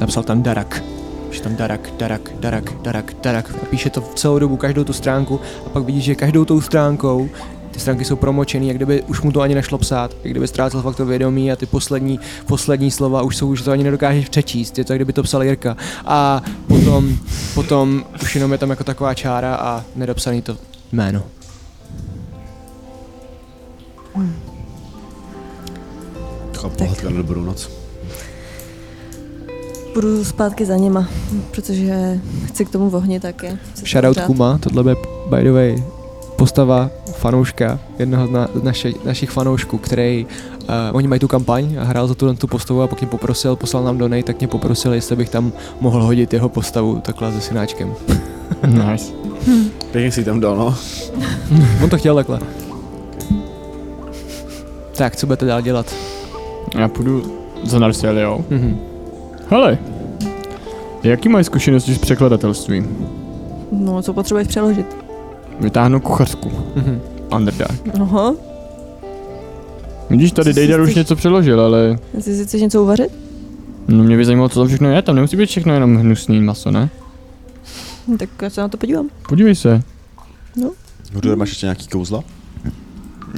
A: Napsal tam Darak. Píše tam Darak, Darak, Darak, Darak, Darak. A píše to v celou dobu, každou tu stránku. A pak vidíš, že každou tou stránkou ty stránky jsou promočený, jak kdyby už mu to ani nešlo psát, jak kdyby ztrácel fakt to vědomí a ty poslední, poslední slova už jsou, že to ani nedokážeš přečíst, je to, jak kdyby to psal Jirka. A potom, potom už jenom je tam jako taková čára a nedopsaný to jméno.
C: Chlap, pohádka na dobrou noc.
D: Budu zpátky za něma, protože chci k tomu vohni taky.
A: Shoutout Kuma, tohle je by the way postava fanouška, jednoho z, na, z naši, našich fanoušků, který, uh, oni mají tu kampaň a hrál za tu, tu postavu a pak mě poprosil, poslal nám donate, tak mě poprosil, jestli bych tam mohl hodit jeho postavu takhle se synáčkem.
B: Nice.
C: Pěkně si tam dal, no.
A: On to chtěl takhle. Tak, co budete dál dělat?
B: Já půjdu za Narceliou.
A: Mhm.
B: Hele, jaký mají zkušenosti s překladatelstvím?
D: No, co potřebuješ přeložit?
B: Vytáhnu kuchařku.
A: Mhm.
B: Underdark.
D: Aha,
B: Vidíš, tady
D: Co si
B: Dejdar už
D: chceš-
B: něco přeložil, ale
D: jestli si chceš něco uvařit?
B: no, mě by zajímalo, co tam všechno je. Tam nemusí být všechno jenom hnusný maso, ne?
D: Hm, Tak já se na to podívám.
B: Podívej se.
C: Hodor, máš ještě nějaký kouzla?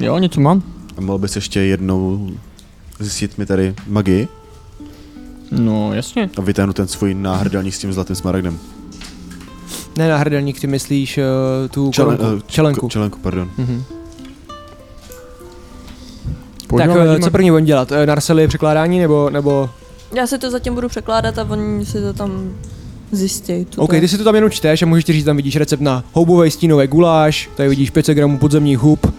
B: Jo, něco mám.
C: A mohl bys ještě jednou zjistit mi tady magii
B: No, jasně.
C: a vytáhnu ten svůj náhrdelník s tím zlatým smaragdem.
A: Ne na hrdelník, ty myslíš uh, tu
C: Čelen-
A: korunku,
C: eh, č-
A: čelenku.
C: ko- Čelenku, pardon.
A: Mhm. Tak,
B: Pojďme,
A: eh,
B: hodíme-
A: co první on dělat? Eh, Narseli je překládání nebo, nebo
D: Já si to zatím budu překládat a oni si to tam zjistějí. co to
A: OK,
D: je.
A: ty si to tam jenom čteš a můžeš ti říct, tam vidíš recept na houbové stínové guláš, tady vidíš 500 gramů podzemních hub, uh,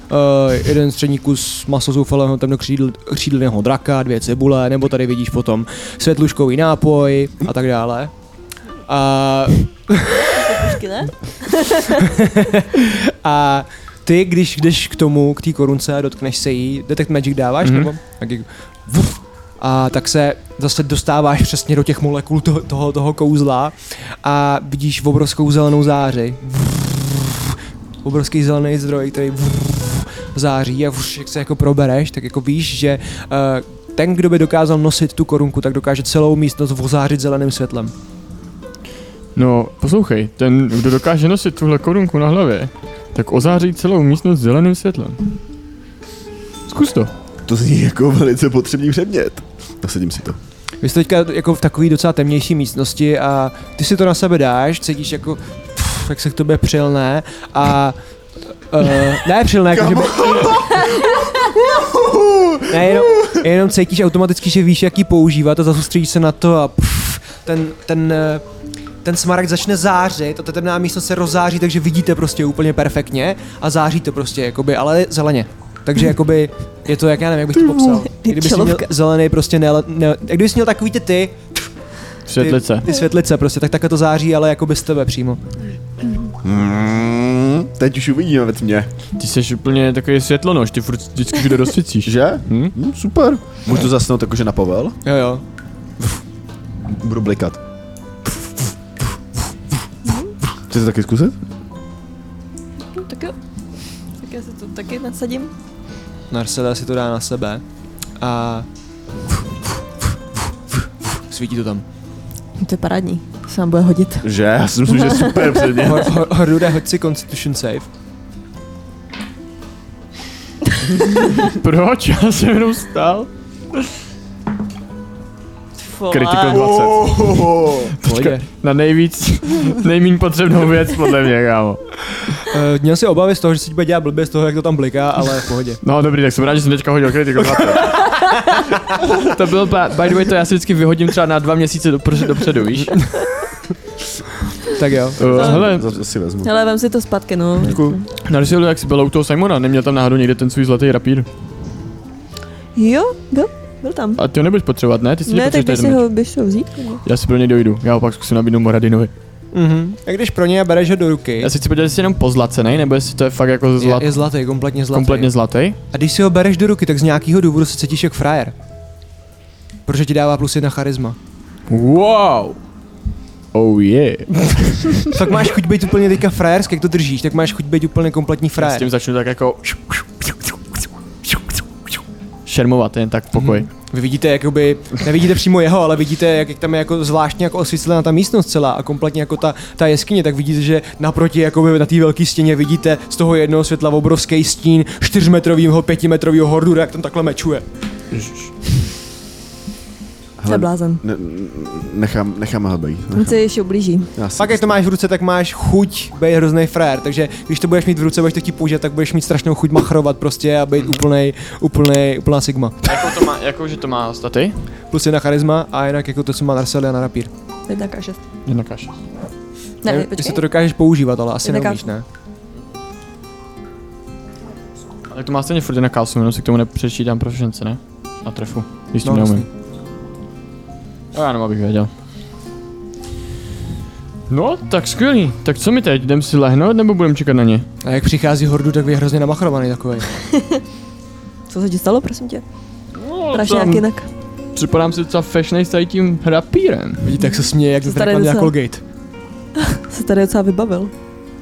A: jeden střední kus maso zoufalého tam do křídl, křídlného draka, dvě cibule, nebo tady vidíš potom světluškový nápoj a tak dále. A,
D: Počkej, ne?
A: a ty, když jdeš k tomu, k té korunce a dotkneš se jí, Detect Magic dáváš, mm-hmm.
B: Mhm.
A: nebo? Tak jak, vuf, a tak se zase dostáváš přesně do těch molekul toho, toho, toho kouzla a vidíš obrovskou zelenou záři. obrovský zelený zdroj, který září a už jak se jako probereš, tak jako víš, že eh, ten, kdo by dokázal nosit tu korunku, tak dokáže celou místnost ozářit zeleným světlem.
B: No, poslouchej, ten, kdo dokáže nosit tuhle korunku na hlavě, tak ozáří celou místnost zeleným světlem. Zkus to.
C: To zní jako velice potřebný předmět. Nasadím si to.
A: Vy jste teďka jako v takové docela temnější místnosti a ty si to na sebe dáš, cítíš jako, pff, jak se k tobě přilne a Uh, ne, přilne, jako, že by... ne, jenom, jenom, cítíš automaticky, že víš, jaký používat a zasoustředíš se na to a pff, ten, ten, eh, ten smaragd začne zářit a ta temná místnost se rozáří, takže vidíte prostě úplně perfektně a září to prostě, jakoby, ale zeleně. Takže jakoby je to, jak já nevím, jak bych to popsal. Kdyby jsi měl
D: Čelovka.
A: zelený prostě ne, ne jak kdyby jsi měl takový ty ty,
B: Světlice.
A: ty, ty světlice prostě, tak takhle to září, ale jako bez tebe přímo.
C: Hmm, teď už uvidíme ve tmě.
B: Ty jsi úplně takový světlonož, ty furt vždycky všude rozsvícíš.
C: Že?
B: Hm?
C: Hm, super. Můžu to zasnout jakože na povel?
A: Jo, jo.
C: Budu blikat. Chcete taky zkusit?
D: No, tak jo. Tak já si to taky nasadím.
A: Narceda si to dá na sebe a svítí to tam.
D: To je parádní. To se nám bude hodit.
C: Že? Já si myslím, že super předmět.
A: Hor, hor, horude, hoď si Constitution save.
B: Proč? Já jsem jenom stál. Critical 20.
C: Ohoho.
A: Pohodě.
B: Na nejvíc, nejmín potřebnou věc podle mě, kámo.
A: Eh, Měl si obavy z toho, že se ti bude dělat blbě z toho, jak to tam bliká, ale v pohodě.
B: No dobrý, tak jsem rád, že jsem teďka hodil kritiku. to byl, pa- by the way, to já si vždycky vyhodím třeba na dva měsíce dopr- dopředu, víš?
A: Tak jo.
B: Uh, hele,
C: Za- si vezmu.
D: Hele, vem si to zpátky, no.
C: Děkuju.
B: narazil, jak jsi byla u toho Simona, neměl tam náhodou někde ten svůj zlatý rapír.
D: Jo, byl, byl tam.
B: A ty ho nebudeš potřebovat, ne? Ty si
D: Ne,
B: potřebuješ
D: tak běž si
B: jeden
D: ho, běž si ho vzít. no.
B: meč. Já si pro něj dojdu, já opak zkusím nabídnout Moradinovi.
A: Mhm. A když pro něj bereš ho do ruky,
B: Já si chci podívat, jestli je jenom pozlacený, nebo jestli to je fakt jako
A: je,
B: zlat,
A: je zlatý, kompletně zlatý.
B: kompletně zlatý.
A: A když si ho bereš do ruky, tak z nějakého důvodu se cítíš jak frajer. Protože ti dává plus jedna charisma.
B: Wow! Oh yeah.
A: Tak máš chuť být úplně teďka frajerský, jak to držíš, tak máš chuť být úplně kompletní
B: Já s tím
A: frajer.
B: začnu tak jako... Šermovat jen tak v pokoji.
A: Vy vidíte, jakoby, nevidíte přímo jeho, ale vidíte, jak, jak tam je jako zvláštně jako osvíclená ta místnost celá a kompletně jako ta, ta jeskyně, tak vidíte, že naproti jakoby na té velké stěně vidíte z toho jednoho světla obrovský stín čtyřmetrovýho, pětimetrovýho hordu, jak tam takhle mečuje.
D: To je
C: Hele,
D: blázen.
C: ne, nechám, nechám ho být.
D: On se ještě ublíží.
C: Já si-
A: Pak, jak to máš v ruce, tak máš chuť být hrozný frajer, takže když to budeš mít v ruce, budeš to chtít použít, tak budeš mít strašnou chuť machrovat prostě a být úplnej, úplnej, úplná sigma.
B: Jakou Jako to má, jakou, že to má staty?
A: Plus jedna charisma a jinak jako to, co má Narcelia na rapír.
D: Jedna k šest.
B: Jedna kaša.
D: Ne,
A: Nevím, jestli
D: počkej.
A: to dokážeš používat, ale asi
D: Jedna
A: neumíš,
D: káva.
A: ne?
B: Ale to má stejně furt na kalsu, jenom si k tomu nepřečítám proficiency, ne? Na trefu, když to
A: No,
B: no, neumím. A já jenom abych věděl. No, tak skvělý. Tak co mi teď? Jdem si lehnout nebo budem čekat na ně?
A: A jak přichází hordu, tak je hrozně namachrovaný takový.
D: Co se ti stalo, prosím tě?
B: No,
D: Praš nějak jinak.
B: připadám si docela fešnej s tady tím rapírem.
A: Vidíte, jak se směje, jak
D: Co
A: to
D: tady
A: tady jako
D: docela-
A: Colgate.
D: Se tady docela vybavil.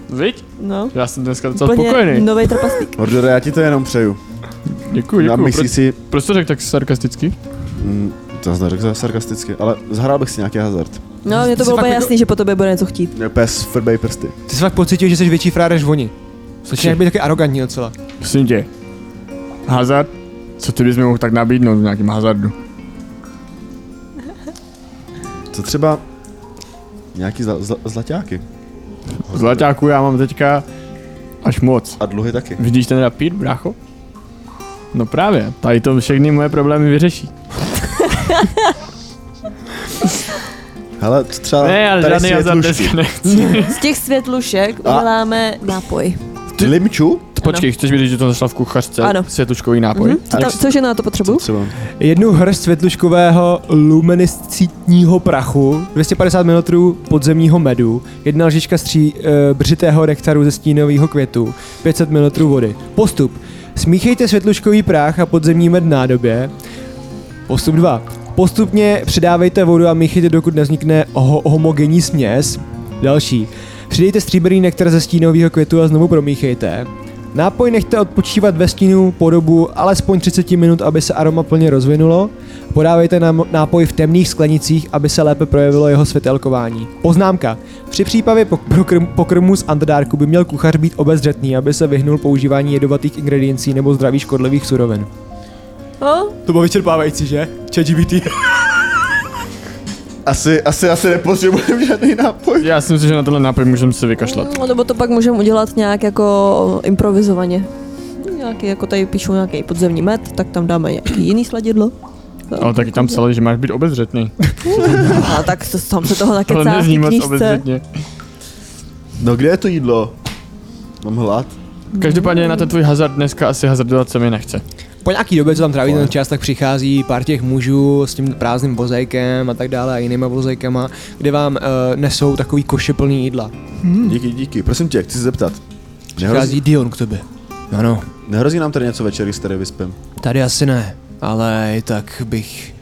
B: Viď?
D: No.
B: Já jsem dneska docela spokojený. No.
D: novej trpaslík.
C: Hordore, já ti to jenom přeju.
B: Děkuji, děkuji.
C: Já
B: Pro,
C: myslím si,
B: proč to řekl tak sarkasticky?
C: Mm, to zase neřekl sarkasticky, ale zahrál bych si nějaký hazard.
D: No,
A: Ty
D: mně to
A: jsi
D: bylo
A: fakt
D: úplně
A: jako-
D: jasný, že po tobě bude něco chtít.
C: Měl pes frbej prsty.
A: Ty jsi fakt pocítil, že jsi větší frár než oni. Začínáš být taky arrogantní docela.
B: Prosím tě. Hazard? Co ty bys mi mohl tak nabídnout v nějakým hazardu?
C: Co třeba nějaký zla, zla, zlaťáky.
B: Zlatáku já mám teďka až moc.
C: A dluhy taky.
B: Vidíš ten rapír, brácho? No právě, tady to všechny moje problémy vyřeší.
C: Hele, co třeba
B: Ne, ale
C: tady
B: žádný hazard
C: světlušky.
B: dneska nechci.
D: Z těch světlušek uděláme nápoj.
C: Limču?
B: Počkej, chceš vidět, že to našla v kuchařce?
D: Ano.
B: Světlučkový nápoj.
D: Mhm. Co, tam, cože na to potřebuju?
C: Co třeba?
A: Jednu hrst světluškového luminiscitního prachu, 250 ml podzemního medu, jedna lžička stří, e, břitého nektaru ze stínového květu, 500 ml vody. Postup. Smíchejte světluškový prach a podzemní med v nádobě. Postup 2. Postupně přidávejte vodu a míchejte, dokud nevznikne ho- homogenní směs. Další. Přidejte stříbrný nektar ze stínového květu a znovu promíchejte. Nápoj nechte odpočívat ve stínu po dobu alespoň 30 minut, aby se aroma plně rozvinulo. Podávejte nám nápoj v temných sklenicích, aby se lépe projevilo jeho světelkování. Poznámka. Při přípravě pok- prokrm- pokrmu z Underdarku by měl kuchař být obezřetný, aby se vyhnul používání jedovatých ingrediencí nebo zdraví škodlivých surovin.
D: O,
A: To bylo vyčerpávající, že? ChatGPT.
C: Asi, asi, asi nepotřebujeme žádný nápoj.
B: Já si myslím, že na tenhle nápoj můžeme se vykašlat.
D: no, nebo to pak můžeme udělat nějak jako improvizovaně. Nějaký, jako tady píšu nějaký podzemní med, tak tam dáme nějaký jiný sladidlo.
B: Ale taky tam psali, že máš být obezřetný.
D: A No, tak to, tam se toho
B: Ale
D: nakecá v
B: nezní
D: té
B: moc
D: knížce.
B: obezřetně.
C: No kde je to jídlo? Mám hlad?
B: Každopádně na ten tvůj hazard dneska asi hazardovat se mi nechce.
A: Po nějaký době, co tam tráví ten čas, tak přichází pár těch mužů s tím prázdným vozejkem a tak dále a jinýma vozejkama, kde vám uh, nesou takový koše plný jídla.
C: Díky, díky. Prosím tě, chci se zeptat. Nehrozí,
A: Přichází Dion k tobě. Ano,
C: nehrozí nám tady něco večer, když tady vyspem?
A: tady asi ne, ale i tak bych...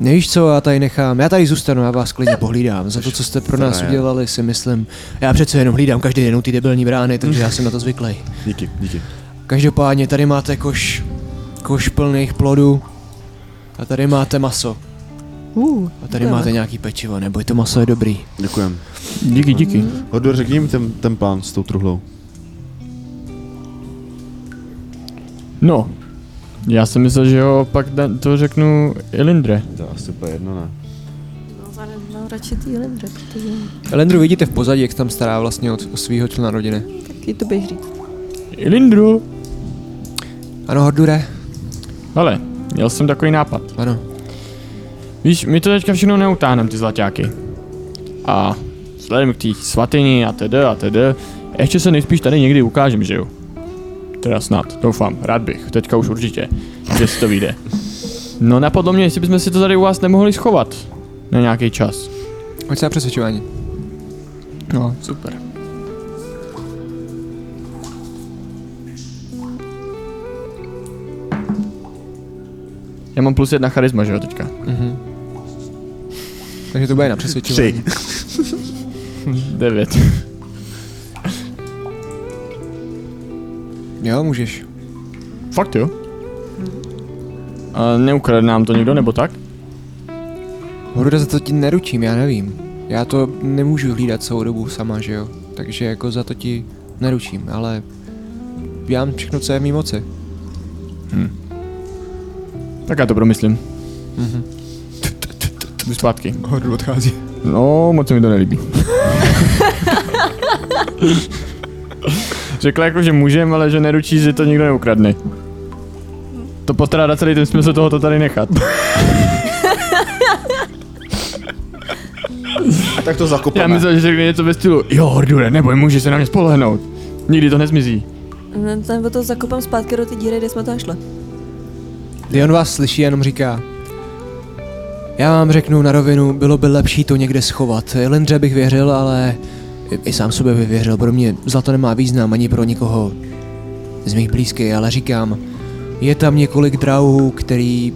A: Nevíš co, já tady nechám, já tady zůstanu, já vás klidně pohlídám. Za to, co jste pro nás
C: Frajer.
A: udělali, si myslím. Já přece jenom hlídám každý den u ty debilní brány, takže já jsem na to zvyklý.
C: Díky, díky.
A: Každopádně tady máte koš, koš plných plodů a tady máte maso.
D: Uh,
A: A tady máte nějaký pečivo, neboj, to maso je dobrý.
C: Děkujem.
B: Díky, díky.
C: Hodor, řekni mi ten, ten plán s tou truhlou.
B: No, já jsem myslel, že jo, pak da- to řeknu Ilindre.
C: To asi úplně jedno, ne?
D: Mám No, radši ty lindre, protože
A: Elendru vidíte v pozadí, jak se tam stará vlastně od, o svého člena rodiny.
D: taky to bych říct.
B: Ilindru!
A: Ano, Hordure?
B: Hele, měl jsem takový nápad.
A: Ano.
B: Víš, my to teďka všechno neutáhneme, ty zlaťáky. A vzhledem k té svatyni a tedy a tedy, ještě se nejspíš tady někdy ukážem, že jo? Teda snad, doufám, rád bych, teďka už určitě, že si to vyjde. No napadlo mě, jestli bychom si to tady u vás nemohli schovat na nějaký čas.
A: Hoď se na přesvědčování.
B: No, super. Já mám plus jedna charisma, že jo, teďka.
A: Takže to bude na přesvědčování.
C: Tři.
B: Devět.
A: Jo, můžeš.
B: Fakt jo? A neukrade nám to někdo, nebo tak?
A: Hordure, za to ti neručím, já nevím. Já to nemůžu hlídat celou dobu sama, že jo? Takže jako za to ti neručím, ale dělám všechno, co je v mý moci.
B: Tak já to promyslím. Jdu zpátky.
A: Hordure odchází.
B: No, moc se mi to nelíbí. Řekla jako, že můžem, ale že neručí, že to nikdo neukradne. To postrádá celý ten smysl toho to tady nechat.
C: A tak to
B: Já
C: zakopeme.
B: myslel, že řekne něco ve stylu, jo, Hordure, neboj, může se na mě spolehnout. Nikdy to nezmizí.
D: Nebo to zakopám zpátky do ty díry, kde jsme to našli.
A: Dion vás slyší a jenom říká. Já vám řeknu na rovinu, bylo by lepší to někde schovat. Lindře bych věřil, ale i- i sám sobě bych věřil. Pro mě zlato nemá význam ani pro nikoho z mých blízkých, ale říkám, je tam několik drahů, který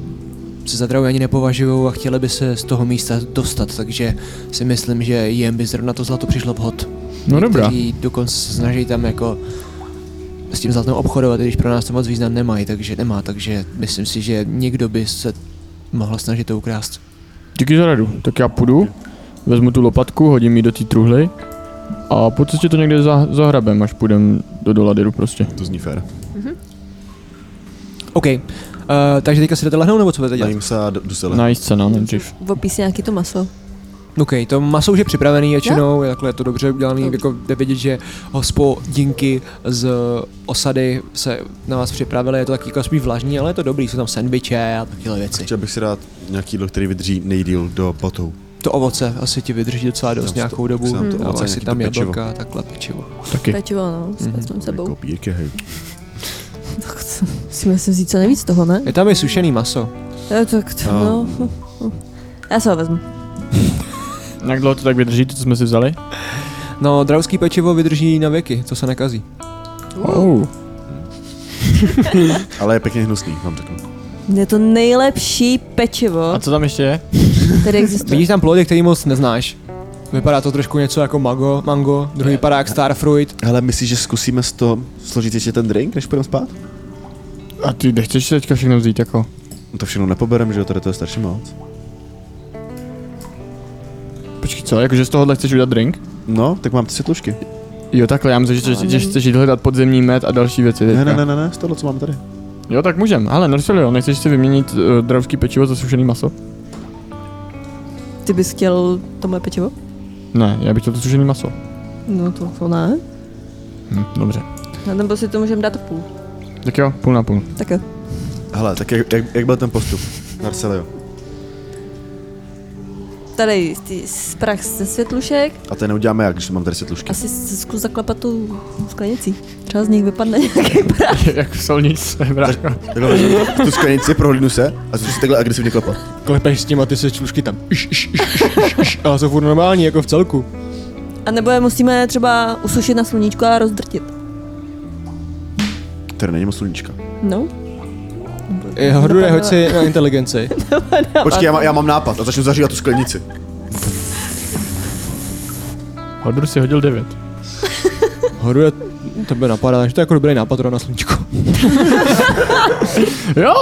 A: se za drahy ani nepovažují a chtěli by se z toho místa dostat, takže si myslím, že jim by zrovna to zlato přišlo vhod.
B: No dobrá.
A: Kteří dokonce se snaží tam jako s tím zlatem obchodovat, i když pro nás to moc význam nemají, takže nemá, takže myslím si, že někdo by se mohl snažit to ukrást.
B: Díky za radu. Tak já půjdu, vezmu tu lopatku, hodím ji do té truhly a po cestě to někde za, zahrabem, až půjdem do doladyru prostě.
C: To zní fér.
A: OK, uh, takže teďka si jdete lehnout, nebo co budete dělat?
C: Najím se a jdu se lehnout.
B: Najíst se nám nejdřív.
D: V opise nějaký to maso.
A: OK, to maso už je připravené většinou, je takhle je to dobře udělané, jako jde vidět, že hospodinky z osady se na vás připravily, je to taky jako spíš vlažní, ale je to dobrý, jsou tam sendviče a takové věci.
C: Chtěl bych si dát nějaký jídlo, který vydrží nejdíl do potou.
A: To ovoce asi ti vydrží docela dost
C: Tam
A: nějakou
C: to-
A: dobu,
C: tam to
A: dávají
C: ovoce,
A: si
C: nějaký
A: tam
C: to pečivo.
A: jablka, takhle pečivo.
B: Taky.
D: Pečivo, no,
B: Mhm.
D: s mm-hmm. sebou.
C: Kopírky, Jako hej.
D: Tak co, musíme si vzít co nejvíc z toho, ne?
A: Je tam i sušený maso.
D: Jo, tak to,
C: A.
D: no. Já se ho vezmu.
B: Jak dlouho to tak vydrží, to, co jsme si vzali?
A: No, drauský pečivo vydrží na věky, to se nakazí.
B: Oh.
C: Ale je pěkně hnusný, vám řeknu.
D: Je to nejlepší pečivo,
B: A co tam ještě je?
D: které existuje.
A: Vidíš tam plody, který moc neznáš. Vypadá to trošku něco jako mago, mango, druhý vypadá jak starfruit.
C: Hele, myslíš, že zkusíme z toho složit ještě ten drink, než půjdeme spát?
B: A ty nechceš si teďka všechno vzít jako?
C: No to všechno nepoberem, že jo, tady to je starší moc.
B: Počkej, co? Jakože z tohohle chceš udělat drink?
C: No, tak mám ty světlušky.
B: Jo, takhle, já myslím, že, že, že chceš jít hledat podzemní med a další věci.
C: Ne,
B: teďka.
C: ne, ne, ne, ne, z toho, co mám tady.
B: Jo, tak můžem. Ale Norselio, nechceš si vyměnit uh, dravský pečivo za sušený maso?
D: Ty bys chtěl tohle pečivo?
B: Ne, já bych chtěl to sušený maso.
D: No to, to ne.
B: Hm, dobře.
D: Na ten No, si to můžeme dát půl.
B: Tak jo, půl na půl.
D: Tak jo.
C: Hele, tak jak, jak, jak byl ten postup? Marcelio.
D: Tady ty z prach ze světlušek,
C: A ten neuděláme jak, když mám tady světlušky.
D: asi s- zkus zaklepat tu sklenici. Třeba z nich vypadne nějaký prach.
B: Jak v solnice, brácho.
C: Takhle vezmu tu sklenici, prohlídnu se a začnu si takhle agresivně klepat.
A: Klepeš s tím a ty se člušky tam. Iš, iš, iš, iš, iš, ale jsou furt normální, jako v celku.
D: A nebo je musíme třeba usušit na sluníčku a rozdrtit.
C: Tady není moc sluníčka.
D: No.
A: Hrude, hoď si na inteligenci.
C: Počkej, já, má, já mám nápad a začnu zařívat tu sklenici.
B: Hodru si hodil 9.
A: Hrude, tebe napadá, že to je jako dobrý nápad teda na sluníčko.
B: Jo!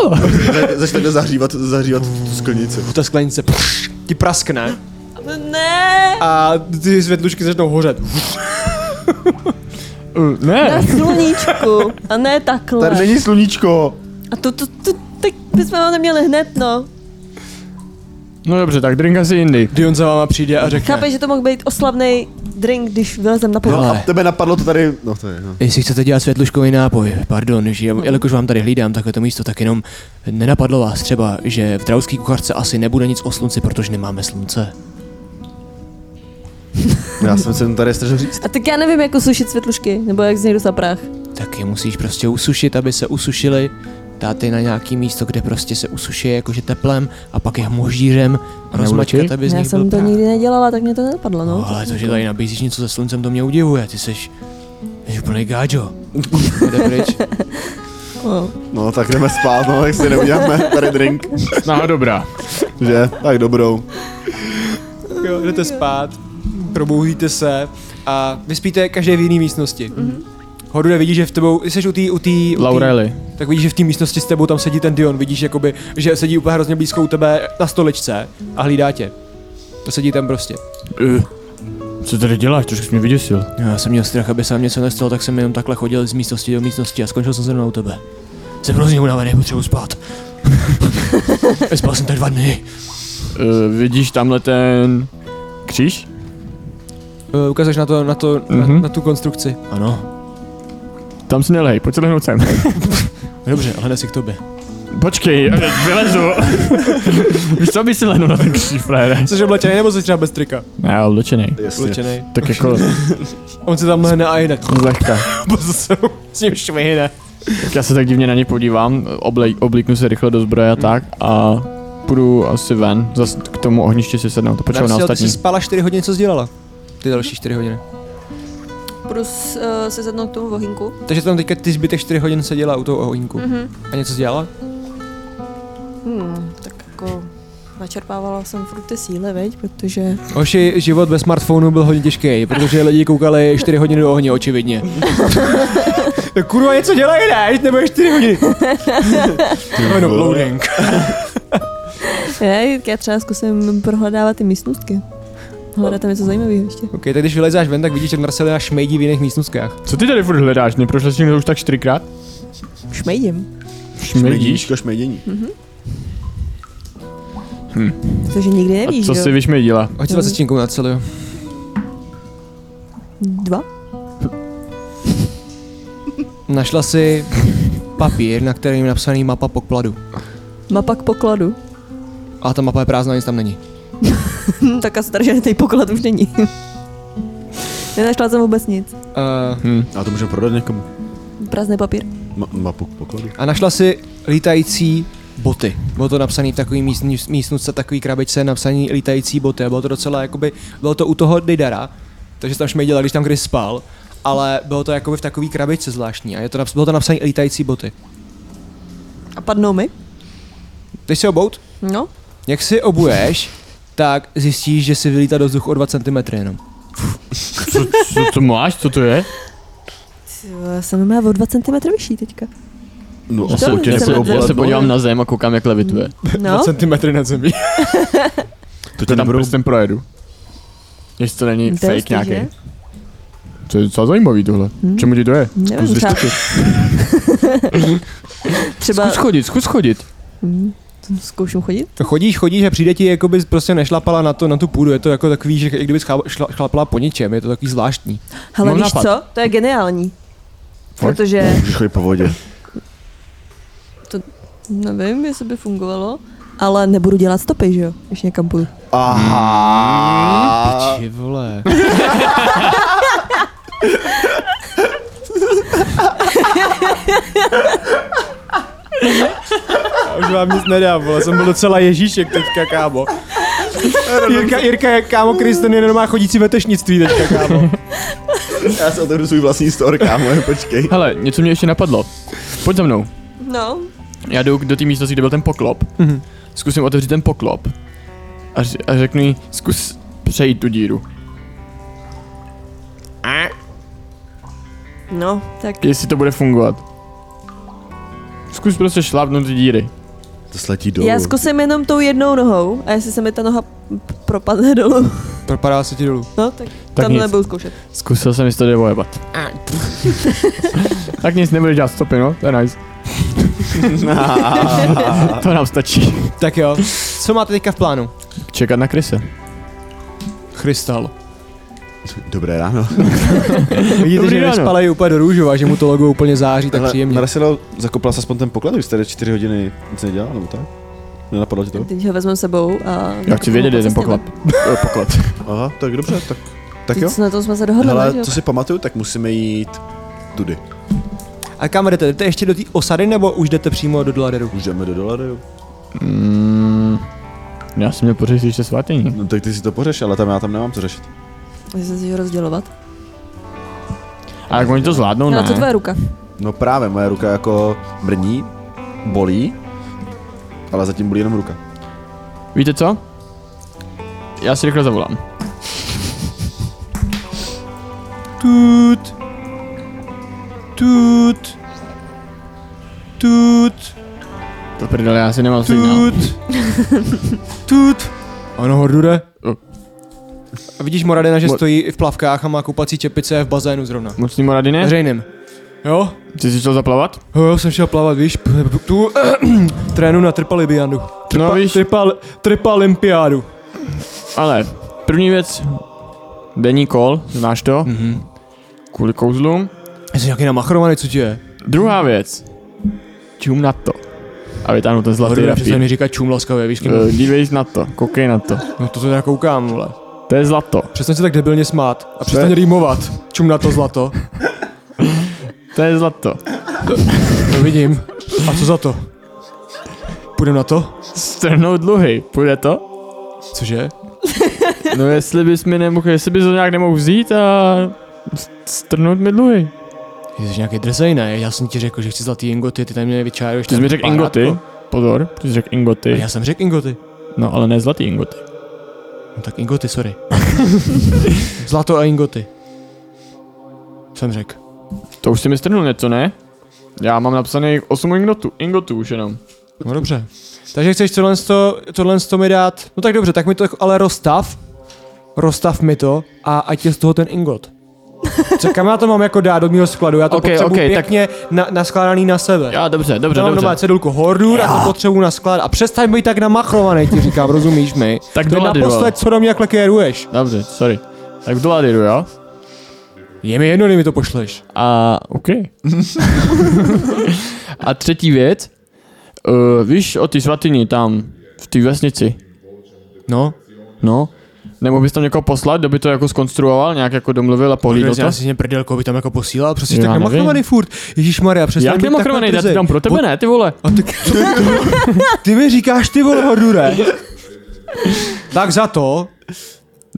C: Za- Začnu takhle zahřívat, zahřívat tu, tu sklenici.
A: Ta sklenice pš, ti praskne
D: Ne!
A: a ty světlušky začnou hořet.
B: Uh,
D: Na
B: ne!
D: sluníčku. A ne
C: Tady
D: takhle.
C: není sluníčko.
D: A to, to, to, tak bychom ho neměli hned, no.
B: No dobře, tak drink asi jindy.
A: Dion za váma přijde a řekne.
D: Chápeš, že to mohl být oslavný drink, když vylezem na
C: No
D: povrch.
C: a tebe napadlo to tady, no to je, no.
A: Jestli chcete dělat světluškový nápoj, pardon, že, jelikož vám tady hlídám takhle to místo, tak jenom nenapadlo vás třeba, že v Drauský kuchařce asi nebude nic o slunci, protože nemáme slunce.
C: Já jsem se tady strašil říct.
D: A tak já nevím, jak usušit světlušky, nebo jak z nich dostat prach.
A: Tak je musíš prostě usušit, aby se usušili, dát je na nějaký místo, kde prostě se usuší jakože teplem a pak je hmoždířem a rozmačkat, aby z
D: Já
A: nich byl
D: jsem to
A: prach.
D: nikdy nedělala, tak mě to nenapadlo, no.
A: No, ale to, že tady nabízíš něco se sluncem, to mě udivuje, ty seš, jsi úplný gáčo. Jde pryč.
D: no.
C: No tak jdeme spát, no, jak si neuděláme tady drink.
B: No dobrá.
C: Že? Tak dobrou.
A: Jo, jdete spát, probouhíte se a vy spíte každé v jiné místnosti. Mm-hmm. Horude, vidíš, že v tebou, jsi u té, u té,
B: Laureli.
A: tak vidíš, že v té místnosti s tebou tam sedí ten Dion, vidíš, jakoby, že sedí úplně hrozně blízko u tebe na stoličce a hlídá tě. To sedí tam prostě.
B: Uh, co tady děláš? Trošku jsi mě vyděsil.
A: Já jsem měl strach, aby se nám něco nestalo, tak jsem jenom takhle chodil z místnosti do místnosti a skončil jsem zrovna u tebe. Jsem hrozně unavený, potřebuji spát. Spal jsem tak dva dny.
B: Uh, vidíš tamhle ten kříž?
A: Uh, ukážeš na to, na to, mm-hmm. na,
B: Mhm.
A: na, tu konstrukci. Ano.
B: Tam si nelej, pojď se lehnout sem.
A: Dobře, ale si k tobě.
B: Počkej, vylezu. Víš co, by si lehnul na ten kříž, frére?
A: Jsi oblečený nebo jsi třeba bez trika?
B: Já oblečenej.
C: Jasně.
A: Oblečený.
B: Tak jako
A: On se tam lehne a jde.
B: zlehka.
A: S ním švihne.
B: Tak já se tak divně na ně podívám, oblej, oblíknu se rychle do zbroje a tak a půjdu asi ven, zas k tomu ohništi si sednout, to počkám na
A: Narsil, ty
B: ostatní.
A: jsi spala 4 hodiny, co jsi dělala? Ty další 4 hodiny.
D: Prus uh, se zadnout k tomu vohínku.
A: Takže tam teďka ty zbytek 4 hodin seděla u toho ohýnku.
D: Mhm.
A: A něco jsi dělala?
D: Hmm, tak jako načerpávala jsem furt ty síly, veď, protože...
A: Hoši, život bez smartphonu byl hodně těžký, protože lidi koukali 4 hodiny do ohně, očividně. tak No kurva, něco dělají, ne? Nebo 4 hodiny. Ano, loading.
D: Ne, já třeba zkusím prohledávat ty místnostky. Hledat tam něco zajímavého ještě.
A: Ok, tak když vylezáš ven, tak vidíš, že Marcelina šmejdí v jiných místnostkách.
B: Co ty tady furt hledáš, neprošel jsi to už tak čtyřikrát?
D: Šmejdím.
B: Šmejdíš?
C: Šmejdíčko, šmejdění.
D: Protože nikdy nevíš,
B: A co
D: jo?
B: si vyšmejdila?
A: Hoď si 20 na celý.
D: Dva?
A: Našla si papír, na kterém je napsaný mapa pokladu.
D: Mapa k pokladu.
A: A ta mapa je prázdná, nic tam není.
D: Hm, tak asi tady žádný poklad už není. Nenašla jsem vůbec nic.
A: Uh,
B: Hm.
C: A to můžeme prodat někomu.
D: Prázdný papír.
C: Ma- mapu k pokladu.
A: a našla si lítající boty. Bylo to napsaný v takový místní, místnostce, takový krabičce, napsaný lítající boty. A bylo to docela, jakoby, bylo to u toho Didara, takže tam šmejdila, když tam kdy spal. Ale bylo to jakoby v takový krabičce zvláštní a je to, naps- bylo to napsané lítající boty.
D: A padnou mi?
A: Ty si obout?
D: No.
A: Jak si obuješ, tak zjistíš, že si vylítá do vzduchu o 2 cm jenom.
B: Co, co, co máš? Co to je?
D: Já jsem měla o 2 cm vyšší teďka.
C: No,
B: Já se,
D: To
B: určitě
D: jsem
B: nepodívám- já se
D: nevěděl.
B: podívám na zem a koukám, jak levituje.
D: No,
A: cm nad zemí.
C: to prostě tě
B: To tam
C: nebudou...
B: prstem projedu. Jestli to není
D: To
B: fake
D: je hustý, že?
B: nějaký. To je docela zajímavý tohle. Hmm. Čemu ti to je?
D: nevím, třeba, třeba
B: Zkus chodit, zkus chodit.
D: zkouším chodit.
A: To chodíš, chodíš a přijde ti, jako bys prostě nešlapala na, to, na tu půdu. Je to jako takový, že i kdyby schla- šla- šlapala po ničem, je to takový zvláštní.
D: Hele,
B: Mám
D: víš
B: nápad.
D: co? To je geniální.
B: Fakt?
D: Protože,
C: Můžeš chodit po vodě.
D: nevím, jestli by fungovalo, ale nebudu dělat stopy, že jo, když někam půjdu.
C: Aha.
A: Ty vole. Já už vám nic nedám, vole, jsem byl docela Ježíšek teďka, kámo. Jirka, Jirka je, kámo, Kristen je normálně chodící vetešnictví teďka, kámo.
C: Já se otevřu svůj vlastní store, kámo, počkej.
B: Hele, něco mě ještě napadlo. Pojď za mnou.
D: No,
B: Já jdu k- do té místnosti, kde byl ten poklop.
A: Mhm.
B: Mm-hmm. Zkusím otevřít ten poklop. A, ř- a řeknu jí, zkus přejít tu díru.
D: no, tak
B: Jestli to bude fungovat. Zkus prostě šlápnout ty díry.
C: To sletí dolů.
D: já zkusím jenom tou jednou nohou a jestli se mi ta noha p- propadne dolů,
A: Propadá se ti dolů.
D: no, tak,
B: Tak
D: tam
B: nic.
D: nebudu zkoušet.
B: Zkusil jsem, jestli to jde vojebat. tak nic, nebudeš dělat stopy, no? To je nice. to nám stačí.
A: Tak jo, co máte teďka v plánu?
B: Čekat na Krise.
A: Krystal.
C: Dobré ráno.
A: Vidíte,
B: Dobrý
A: že
B: ráno.
A: vyspalej úplně do růžova, že mu to logo úplně září tak příjemně.
C: Narasilo, zakopla se aspoň ten poklad, už jste tady čtyři hodiny nic nedělal, nebo tak? Nenapadlo ti to?
D: Teď ho vezmeme sebou a...
B: Já chci vědět, kde je ten poklop. Eh, poklad.
C: Aha, tak dobře, tak, tak
D: Teď
C: jo.
D: na tom jsme se dohodli, ne, že
C: Hele,
D: jo?
C: co si pamatuju, tak musíme jít tudy.
A: A kam jdete? Jdete ještě do té osady nebo už jdete přímo do Doladeru?
C: Už jdeme do dolaru.
B: Mm, já jsem měl pořešit ještě svatyni.
C: No tak ty si to pořeš, ale tam já tam nemám co řešit.
D: Jestli si ho rozdělovat.
B: A jak oni to zvládnou,
D: No,
B: ne?
D: co tvoje ruka?
C: No právě, moje ruka jako brní, bolí, ale zatím bolí jenom ruka.
B: Víte co? Já si rychle zavolám.
A: Tut. Tut. Tut.
B: To prdele, já si nemám signál.
A: Tut. Tut. Ano, hordude.
B: Jo.
A: A vidíš Moradena, že
B: No. Mo-
A: stojí v plavkách a má koupací čepice v bazénu zrovna.
B: Moc ní rady ne?
A: Veřejným. Jo?
B: Ty jsi šel zaplavat?
A: Jo, jo, jsem šel plavat, víš, p- p- tu trénu na tripalibiandu.
B: No víš,
A: Tripal, tripalimpiádu.
B: ale první věc, denní kol, znáš to? Mm-hmm.
A: Mhm.
B: Kvůli kouzlům.
A: Jsi nějaký namachrovaný, co ti je?
B: Druhá věc, čum na to. A vytáhnu ten zlatý
A: Hordude, přesně
B: rapír.
A: neříkat čum laskavě, víš, kým...
B: Eh, Dívej na to, koukej na to.
A: No to se já koukám, vole.
B: To je zlato.
A: Přestaň se tak debilně smát a přestaň
C: je?
A: rýmovat. Čum na to zlato.
B: To je zlato.
A: To No, vidím. A co za to? Půjdem na to?
B: Strhnout dluhy, půjde to?
A: Cože?
B: No jestli bys mi nemohl, jestli bys to nějak nemohl vzít a s- strhnout mi dluhy.
A: Jsi nějaký drzej, ne? Já jsem ti řekl, že chci zlatý ingoty, ty tam mě vyčáruješ.
B: Ty jsi mi řekl ingoty. Pozor, ty jsi řekl
A: A
B: ingoty.
A: já jsem řekl ingoty.
B: No ale ne zlatý ingoty.
A: No tak ingoty, sorry. Zlato a ingoty. Jsem řekl.
B: To už si mi strhnul něco, ne? Já mám napsaný 8 ingotů, ingotů už jenom.
A: No dobře. Takže chceš tohle, to, tohle to mi dát? No tak dobře, tak mi to ale rozstav. Rozstav mi to a ať je z toho ten ingot. Co, kam já to mám jako dát do mého skladu? Já to
B: Ok,
A: okay, potřebuji
B: ok,
A: okay,
B: tak-
A: pěkně tak... na, naskládaný na sebe.
B: Já dobře, dobře,
A: Já mám doma
B: dobře.
A: cedulku Hordur a to potřebuji naskládat. A přestaň být tak namachrovaný, ti říkám, rozumíš mi?
B: Tak
A: to je
B: dolady,
A: naposled,
B: vole.
A: co do mě takhle kéruješ.
B: Dobře, sorry. Tak v doladiru, jo?
A: Je mi jedno, kdy mi to pošleš.
B: A OK. a třetí věc. Uh, víš o ty svatyni tam, v té vesnici,
A: No,
B: no? Nemohl bys tam někoho poslat, kdo by to jako skonstruoval, nějak jako domluvil a pohlídl to?
A: já si mě prdelko by tam jako posílal, prostě jsi
B: Já
A: tak
B: nevím.
A: namachrovaný furt. Ježíš Maria, přestaň
B: Jak
A: být
B: nemochrovaný,
A: takhle
B: já ti
A: drzej.
B: dám pro tebe, ne, ty vole.
A: A ty, ty, ty mi říkáš ty vole Hordure. Tak za to,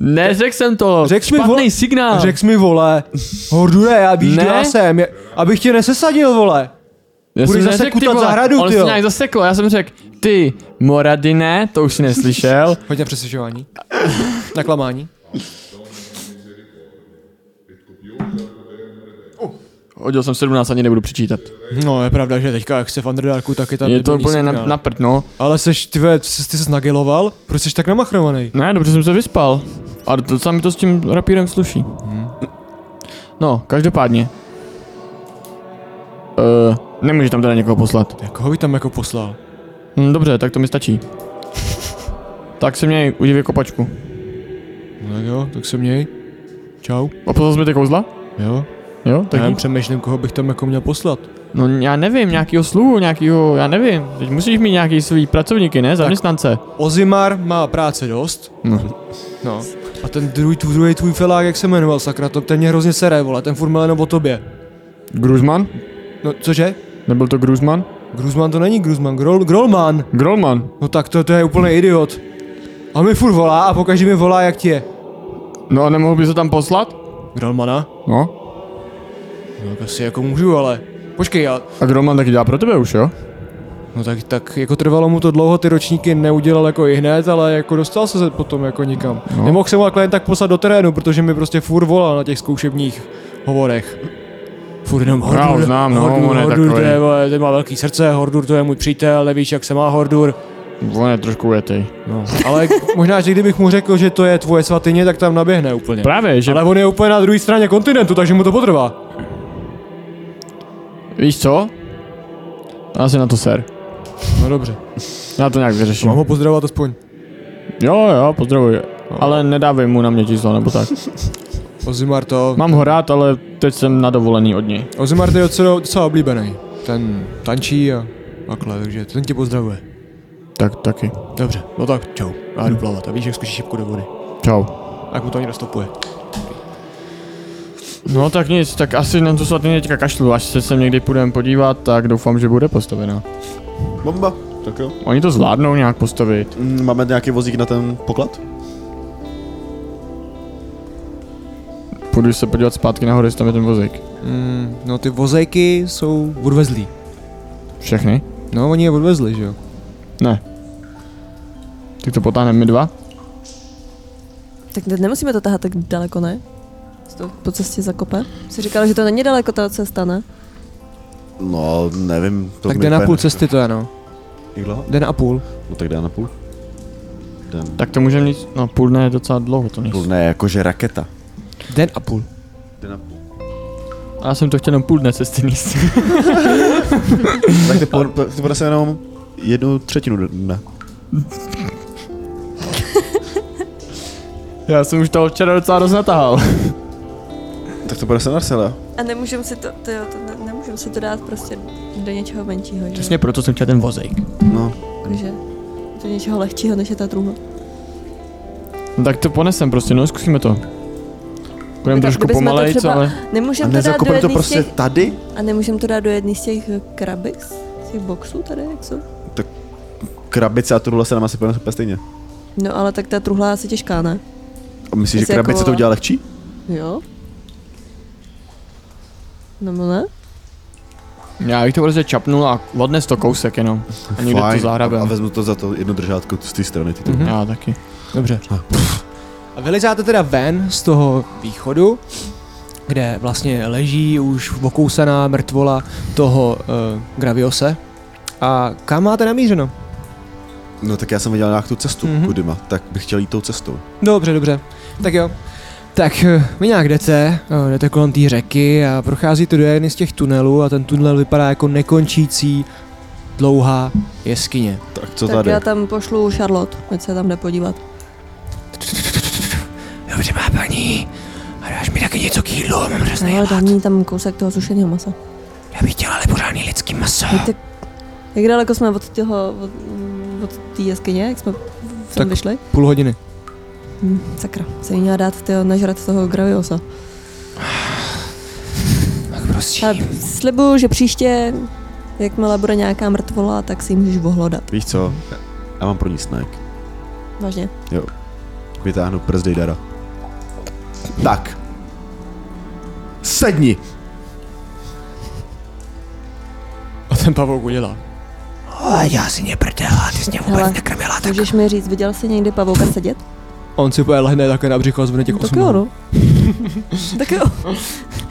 B: Neřekl jsem to,
A: Řekl jsi mi,
B: špatný
A: vole-
B: signál.
A: řekl jsi mi vole, Hordure, já víš,
B: Ne.
A: kdo já jsem, je- abych tě nesesadil vole.
B: Já
A: Budeš
B: jsem
A: zase
B: neřekl, ty
A: kutat
B: vole,
A: zahradu,
B: ono se
A: tyjo.
B: nějak zaseklo, já jsem řekl, Ty, Moradine, to už si neslyšel.
A: Pojď na přesvědčování. Na klamání.
B: Hodil jsem 17, ani nebudu přečítat.
A: No, je pravda, že teďka, jak se v Underdarku, tak je tam
B: Je to úplně na, na prd, no.
A: Ale seš, ty, ve- ty jsi nagiloval? Proč jsi tak namachrovaný?
B: Ne, No dobře jsem se vyspal. A docela mi to s tím rapírem sluší. Hmm.
A: Mhm.
B: No, každopádně. Uh, nemůže tam teda někoho poslat.
A: Jak ho by tam jako poslal?
B: Hm, dobře, tak to mi stačí. tak se měj, jako udívej kopačku.
A: No tak jo, tak se měj. Čau.
B: A poslal jsi mi ty kouzla?
A: Jo.
B: Jo,
A: Tak já
B: tak
A: jen
B: dík.
A: přemýšlím, koho bych tam jako měl poslat.
B: No já nevím, nějakýho sluhu, nějakýho, já nevím. Teď musíš mít nějaký svý pracovníky, ne? Zaměstnance.
A: Ozimar má práce dost.
B: No.
A: No. A ten druhý, tvůj, druhý tvůj felák, jak se jmenoval, sakra, to, ten mě hrozně sere, vole, ten furt mlel jenom o tobě.
B: Gruzman?
A: No, cože?
B: Nebyl to Gruzman?
A: Gruzman to není Gruzman, Grol, Grolman.
B: Grolman.
A: No tak to, to je úplně idiot. A mi furt volá a pokaždé mi volá, jak ti je.
B: No a nemohl by se tam poslat?
A: Grolmana?
B: No.
A: No tak asi jako můžu, ale... Počkej, já...
B: A Grolman taky dělá pro tebe už, jo?
A: No tak, tak jako trvalo mu to dlouho, ty ročníky neudělal jako i hned, ale jako dostal se potom jako nikam. No.
B: No.
A: Nemohl jsem ho takhle jen tak poslat do terénu, protože mi prostě furt volal na těch zkoušebních hovorech. Furt jenom Hordur,
B: Já ho znám, no,
A: Hordur,
B: on je
A: Hordur,
B: takový.
A: to je, vole, ten má velký srdce, Hordur to je můj přítel, nevíš, jak se má Hordur.
B: On je trošku ujetej.
A: No. Ale možná, že kdybych mu řekl, že to je tvoje svatyně, tak tam naběhne úplně.
B: Právě, že
A: Ale on je úplně na druhé straně kontinentu, takže mu to potrvá.
B: víš co? Já si na to ser.
A: No dobře.
B: Já to nějak vyřeším.
A: Mám ho pozdravovat aspoň.
B: Jo, jo, pozdravuji. Ale nedávej mu na mě číslo, nebo tak.
A: Ozimar to...
B: Mám ho rád, ale teď jsem nadovolený od něj.
A: Ozimar to je docela, docela oblíbený. Ten tančí a takhle, takže ten tě pozdravuje.
B: Tak taky.
A: Dobře, no tak čau. Já jdu plavat a víš, jak skočíš šipku do vody.
B: Čau.
A: Tak mu to ani dostopuje.
B: No tak nic, tak asi na tu svatý teďka kašlu, až se sem někdy půjdeme podívat, tak doufám, že bude postavená.
C: Bomba. Tak jo.
B: Oni to zvládnou nějak postavit.
C: Mm, Máme nějaký vozík na ten poklad?
B: Půjdu se podívat zpátky nahoru, jestli tam je ten vozík.
A: Mm, no ty vozejky jsou odvezlí.
B: Všechny?
A: No oni je odvezli, že jo?
B: Tak to potáhneme my dva?
D: Tak ne- nemusíme to tahat tak daleko, ne? Co To po cestě zakope. Jsi říkal, že to není daleko ta cesta, ne?
C: No, nevím. To
A: tak
C: mi
A: jde na
C: úplně
A: půl
C: nechce.
A: cesty to je, no.
C: Jak dlouho?
A: Den a půl.
C: No tak jde na půl. Den.
B: Tak to můžeme mít, no půl dne je docela dlouho to nejsou.
C: Půl ne, jakože raketa.
A: Den a půl.
C: Jde na půl.
B: A Já jsem to chtěl jenom půl dne cesty níst.
C: Tak ty, po, po- ty ponese jenom jednu třetinu dne.
B: Já jsem už toho včera docela dost natahal.
C: Tak to ponese Marcela.
D: A nemůžem si to, to, jo, to ne, nemůžem si to dát prostě do něčeho menšího, že?
B: Přesně proto jsem chtěl ten vozejk.
C: No,
D: Takže do něčeho lehčího, než je ta truhla.
B: No, tak to ponesem prostě, no zkusíme to. Budeme
D: Tak
B: trošku
D: kdybychom to
B: pomalej,
D: třeba-
B: ale...
C: a
D: Nemůžem to dát do
C: nezakopeme to
D: jedné
C: prostě
D: z těch,
C: tady?
D: a nemůžem to dát do jedné z těch krabis? Těch boxů tady, jak jsou?
C: Krabice a truhle se nám asi ponese úplně stejně.
D: No ale tak ta truhla je asi těžká, ne?
C: A myslíš, že
D: Jestli jako-
C: krabice to udělá lehčí?
D: Jo? No, Nebo ne?
B: Já bych to prostě čapnul a odnes to kousek jenom. A někde to Mm. zahrabe.
C: A vezmu to za to jedno držátko z té strany. Ty
A: Mhm.
C: mm-hmm.
B: Já taky.
A: Dobře. A vylizáte teda ven z toho východu, kde vlastně leží už okousaná mrtvola toho uh, Graviose. A kam máte namířeno?
C: No tak já jsem viděl nějak tu cestu,
A: Mhm.
C: mm-hmm. kudyma, tak bych chtěl jít tou cestou.
A: Dobře, dobře. Tak jo. Tak eh, vy nějak jdete, eh, jdete kolem té řeky a procházíte do jedny z těch tunelů a ten tunel vypadá jako nekončící dlouhá jeskyně.
C: Tak co
D: tak
C: tady?
D: já tam pošlu Charlotte, ať se tam jde podívat.
A: Dobře má paní, a dáš mi taky něco k jídlu, mám hrozný
D: Ale dám jí tam kousek toho sušeného masa.
A: Já bych chtěl ale pořádný lidský maso.
D: Hej, tak, jak daleko jsme od těho, od, od té jeskyně, jak jsme sem
A: Tak-
D: vyšli?
A: Půl hodiny.
D: Hm, sakra, se jí měla dát tyho, nažrat toho graviosa.
A: Tak prostě.
D: Ale slibuju, že příště, jakmile bude nějaká mrtvola, tak si ji můžeš ohlodat.
C: Víš co? Já mám pro ní snack.
D: Vážně.
C: Vytáhnu przdej dara. Tak. Sedni!
A: A ten pavouk udělá.
E: Ale já si mě prdela, ty jsi mě vůbec
D: Hele,
E: nekrmila tak.
D: Můžeš mi říct, viděl jsi někdy pavouka sedět?
A: On si úplně lehne takhle na břicho a zvone těch
D: Tak
A: osm.
D: jo,
A: nohou.
D: no. tak jo,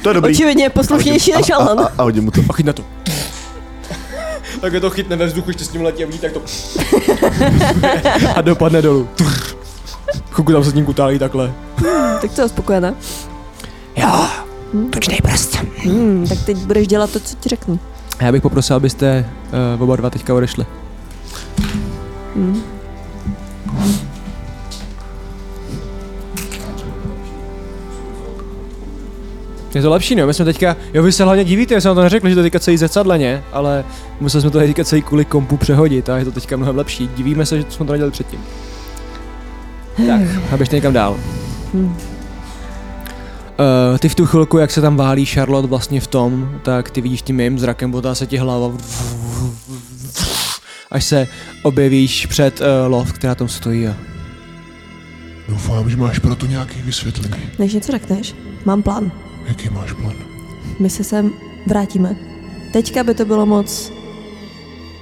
C: To je dobrý.
D: očividně je poslušnější než
C: A,
D: Alan.
C: a, a hodím mu to.
A: A chytne to. Takhle to chytne ve vzduchu, ještě s ním letí a vidí, tak to... a dopadne dolů. Chuku tam se s ním kutálí takhle.
D: Tak co, spokojená?
E: Jo, tučnej prst.
D: Hmm, tak teď budeš dělat to, co ti řeknu.
A: A já bych poprosil, abyste uh, oba dva teďka odešli.
D: Hmm.
A: Je to lepší, ne? My jsme teďka, jo, vy se hlavně divíte, já jsem vám to neřekl, že to teďka celý zrcadleně, ale museli jsme to teďka celý kvůli kompu přehodit a je to teďka mnohem lepší. Divíme se, že jsme to nedělali předtím. Tak, a běžte někam dál.
D: Hmm.
A: Uh, ty v tu chvilku, jak se tam válí Charlotte vlastně v tom, tak ty vidíš tím mým zrakem, botá se ti hlava. Až se objevíš před uh, lov, která tam stojí a
G: Doufám, že máš pro to nějaké vysvětlení.
D: Než něco řekneš, mám plán.
G: Jaký máš plán?
D: My se sem vrátíme. Teďka by to bylo moc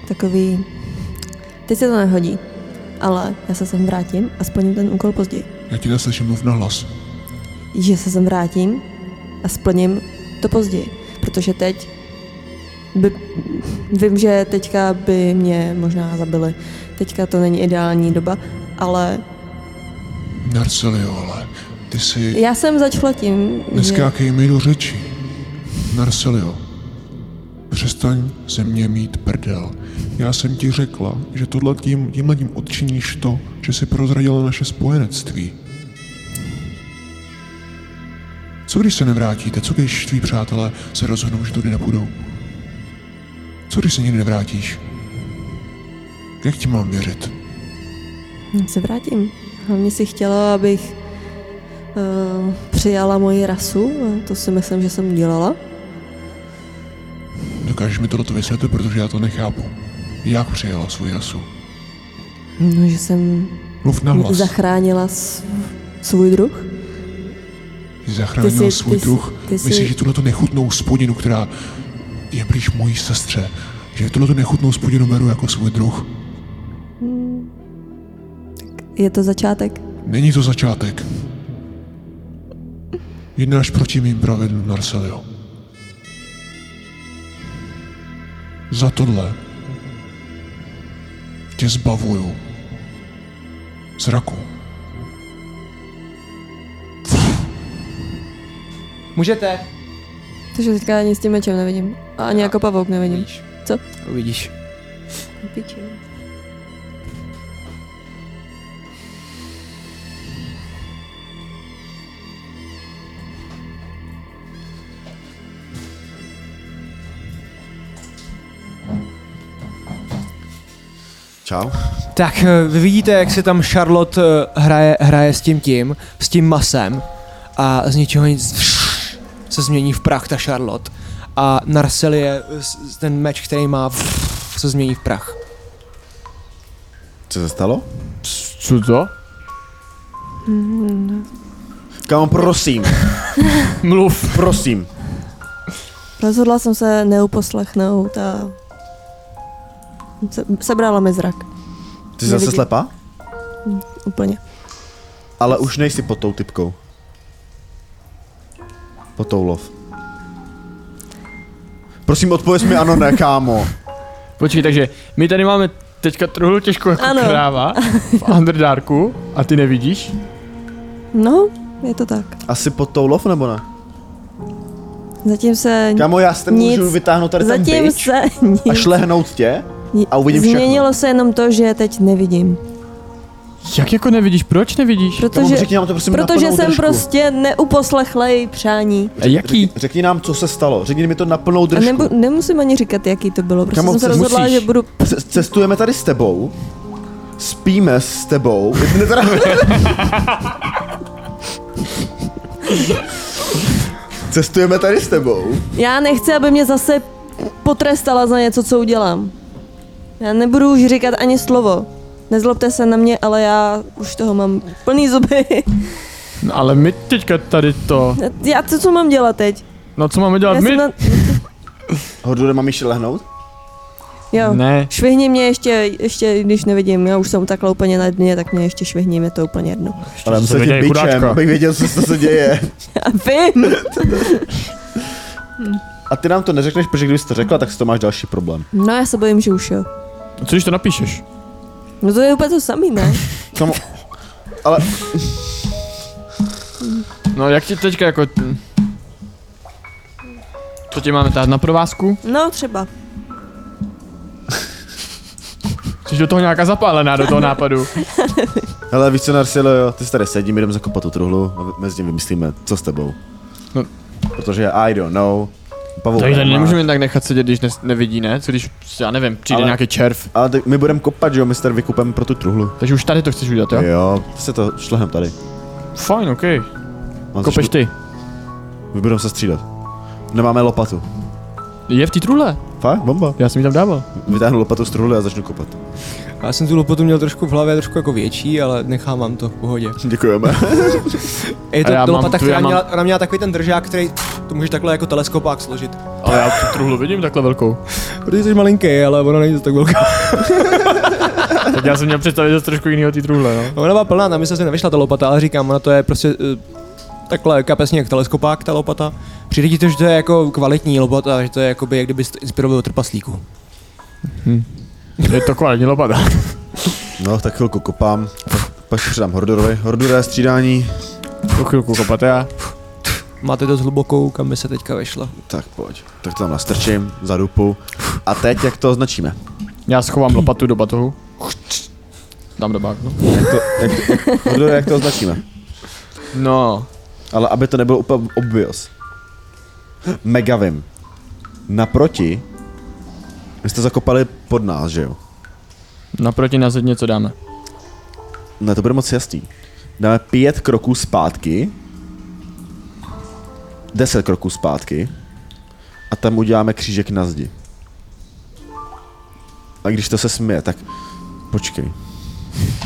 D: takový... Teď se to nehodí, ale já se sem vrátím a splním ten úkol později.
G: Já ti neslyším, mluv na hlas.
D: Že se sem vrátím a splním to později, protože teď by, vím, že teďka by mě možná zabili. Teďka to není ideální doba, ale
G: Narcelio, ale ty jsi
D: já jsem začala tím, že...
G: neskákej mi do řeči. Narcelio, přestaň ze mě mít prdel. Já jsem ti řekla, že tohle tím, tímhle tím odčiníš to, že jsi prozradila naše spojenectví. Co když se nevrátíte? Co když tví přátelé se rozhodnou, že tudy nepůjdou? Co když se nikdy nevrátíš? Jak ti mám věřit?
D: se vrátím. Hlavně si chtěla, abych uh, přijala moji rasu, a to si myslím, že jsem dělala.
G: Dokážeš mi tohleto vysvětlit, protože já to nechápu. Jak přijala svůj rasu?
D: No, že jsem
G: Mluv na hlas.
D: zachránila s- svůj druh.
G: Ty zachránil
D: Ty jsi-
G: svůj
D: ty jsi-
G: druh.
D: ty jsi-
G: Myslíš, že tuhleto nechutnou spodinu, která je blíž mojí sestře, že tuhleto nechutnou spodinu beru jako svůj druh.
D: Je to začátek.
G: Není to začátek. Jednáš proti mým pravidlům, Narcelio. Za tohle tě zbavuju zraku.
A: můžete.
D: Takže teďka ani s tím mečem nevidím. A ani jako pavouk nevidím. Co?
A: Uvidíš.
D: Piči.
C: Čau.
A: Tak eh, vy vidíte, jak se tam Charlotte eh, hraje, hraje s tím tím, s tím masem a z ničeho nic se změní v prach ta Charlotte a Narcelie, s- ten meč, který má, se změní v prach.
C: Co se stalo?
B: Co to?
C: Kámo, prosím,
B: Mluv.
C: prosím.
D: Rozhodla jsem se neuposlechnout a se, sebrala mi zrak.
C: Ty jsi zase
D: Nevidím.
C: slepá?
D: Úplně.
C: Ale už nejsi pod tou typkou. Pod tou lov. Prosím, odpověz mi ano, ne, kámo.
B: Počkej, takže my tady máme teďka trochu těžkou jako
D: Ano.
B: kráva v Underdarku a ty nevidíš?
D: No, je to tak.
C: Asi pod tou lov, nebo ne?
D: Zatím se...
C: Kámo, já si
D: Nic.
C: můžu vytáhnout tady ten
D: zatím
C: bič
D: se...
C: a šlehnout tě. a uvidím všechno.
D: Změnilo se jenom to, že teď nevidím.
B: Jak jako nevidíš? Proč nevidíš?
C: Kámo,
D: Protože,
C: řekni nám to prosím na
D: protože
C: plnou
D: jsem
C: držku.
D: prostě neuposlechla její přání.
B: A jaký?
C: Řekni nám, co se stalo. Řekni mi to na plnou
D: A
C: držku.
D: nebu, nemusím ani říkat, jaký to bylo. Prostě
C: Kamo,
D: jsem se
C: co
D: rozhodla,
B: musíš?
D: že budu...
C: C- Cestujeme tady s tebou. Spíme s tebou. Ne, teda- Cestujeme tady s tebou.
D: Já nechci, aby mě zase potrestala za něco, co udělám. Já nebudu už říkat ani slovo. Nezlobte se na mě, ale já už toho mám plný zuby.
B: No, ale my teďka tady to...
D: Já co, co mám dělat teď?
B: No co máme dělat
D: Já
B: my?
D: jsem na...
C: Hodluje mám ještě lehnout?
D: Jo.
B: Ne.
D: Švihni mě ještě, ještě, když nevidím, já už jsem takhle úplně na dně, tak mě ještě švihni, mě to úplně jedno.
C: Ale
B: se
C: musel tě
B: viděj,
C: bičem,
B: chudáčka.
C: abych věděl, co, co se děje.
D: A vím!
C: A ty nám to neřekneš, protože kdybys to řekla, tak si to máš další problém.
D: No já se bojím, že už jo.
B: Co když to napíšeš?
D: No to je úplně to samý, ne?
C: Samo... Ale
B: No jak ti teďka jako... Co tě máme tahat na provázku?
D: No třeba.
B: Jsi do toho nějaká zapálená, do toho nápadu.
C: Hele, víš co, Narcilo, jo, ty jsi tady sedí, my jdeme zakopat tu truhlu a mezi tím vymyslíme, co s tebou.
B: No.
C: Protože I don't know. Pavou
B: Tady
C: nemá.
B: nemůžeme jen tak nechat sedět, když ne, nevidí, ne? Co když, já nevím, přijde
C: Ale-
B: Ale... nějaký červ.
C: Ale tak my budeme kopat, že jo, my se tady vykupeme pro tu truhlu.
B: Takže už tady to chceš udělat, jo?
C: Jo, jo to se to šlehem tady.
B: Fajn, okej.
C: Mám
B: Kopeš
C: začít-
B: ty.
C: My budeme se střídat. Nemáme lopatu.
B: Je v té trůle.
C: Fakt? Bomba.
B: Já jsem ji tam dával.
C: Vytáhnu lopatu z truhly a začnu kopat.
A: Já jsem tu lopotu měl trošku v hlavě, trošku jako větší, ale nechám vám to v pohodě.
C: Děkujeme.
A: Je
B: A já
A: to
B: mám
A: lopata,
B: tu,
A: která
B: já mám-
A: měla, ona měla takový ten držák, který to můžeš takhle jako teleskopák složit.
B: Ale já tu truhlu vidím takhle velkou.
A: Protože jsi malinký, ale ona není to tak velká.
B: Tak já jsem měl představit zase trošku jinýho ty truhle, no.
A: Ona byla plná, na mysle se nevyšla ta lopata, ale říkám, ona to je prostě eh, takhle kapesně jak teleskopák, ta lopata. Přijde ti to, že to je jako kvalitní lopata, že to je jakoby, jak kdyby to inspiroval od trpaslíku.
B: Je to kvalitní lopata.
C: No, tak chvilku kopám. Pak to předám Hordorovi. Hordura střídání.
B: Tu chvilku kopat já.
A: Máte dost hlubokou, kam by se teďka vešla.
C: Tak pojď. Tak to tam nastrčím, zadupu. A teď jak to označíme?
B: Já schovám lopatu do batohu. Dám do bátku.
C: Jak to, jak, to- jak, Hordore, jak to označíme?
B: No.
C: Ale aby to nebylo úplně obvious. Megavim. Naproti, vy jste zakopali pod nás, že jo?
B: Naproti nás teď něco dáme.
C: Ne, to bude moc jasný. Dáme pět kroků zpátky. Deset kroků zpátky. A tam uděláme křížek na zdi. A když to se směje, tak počkej.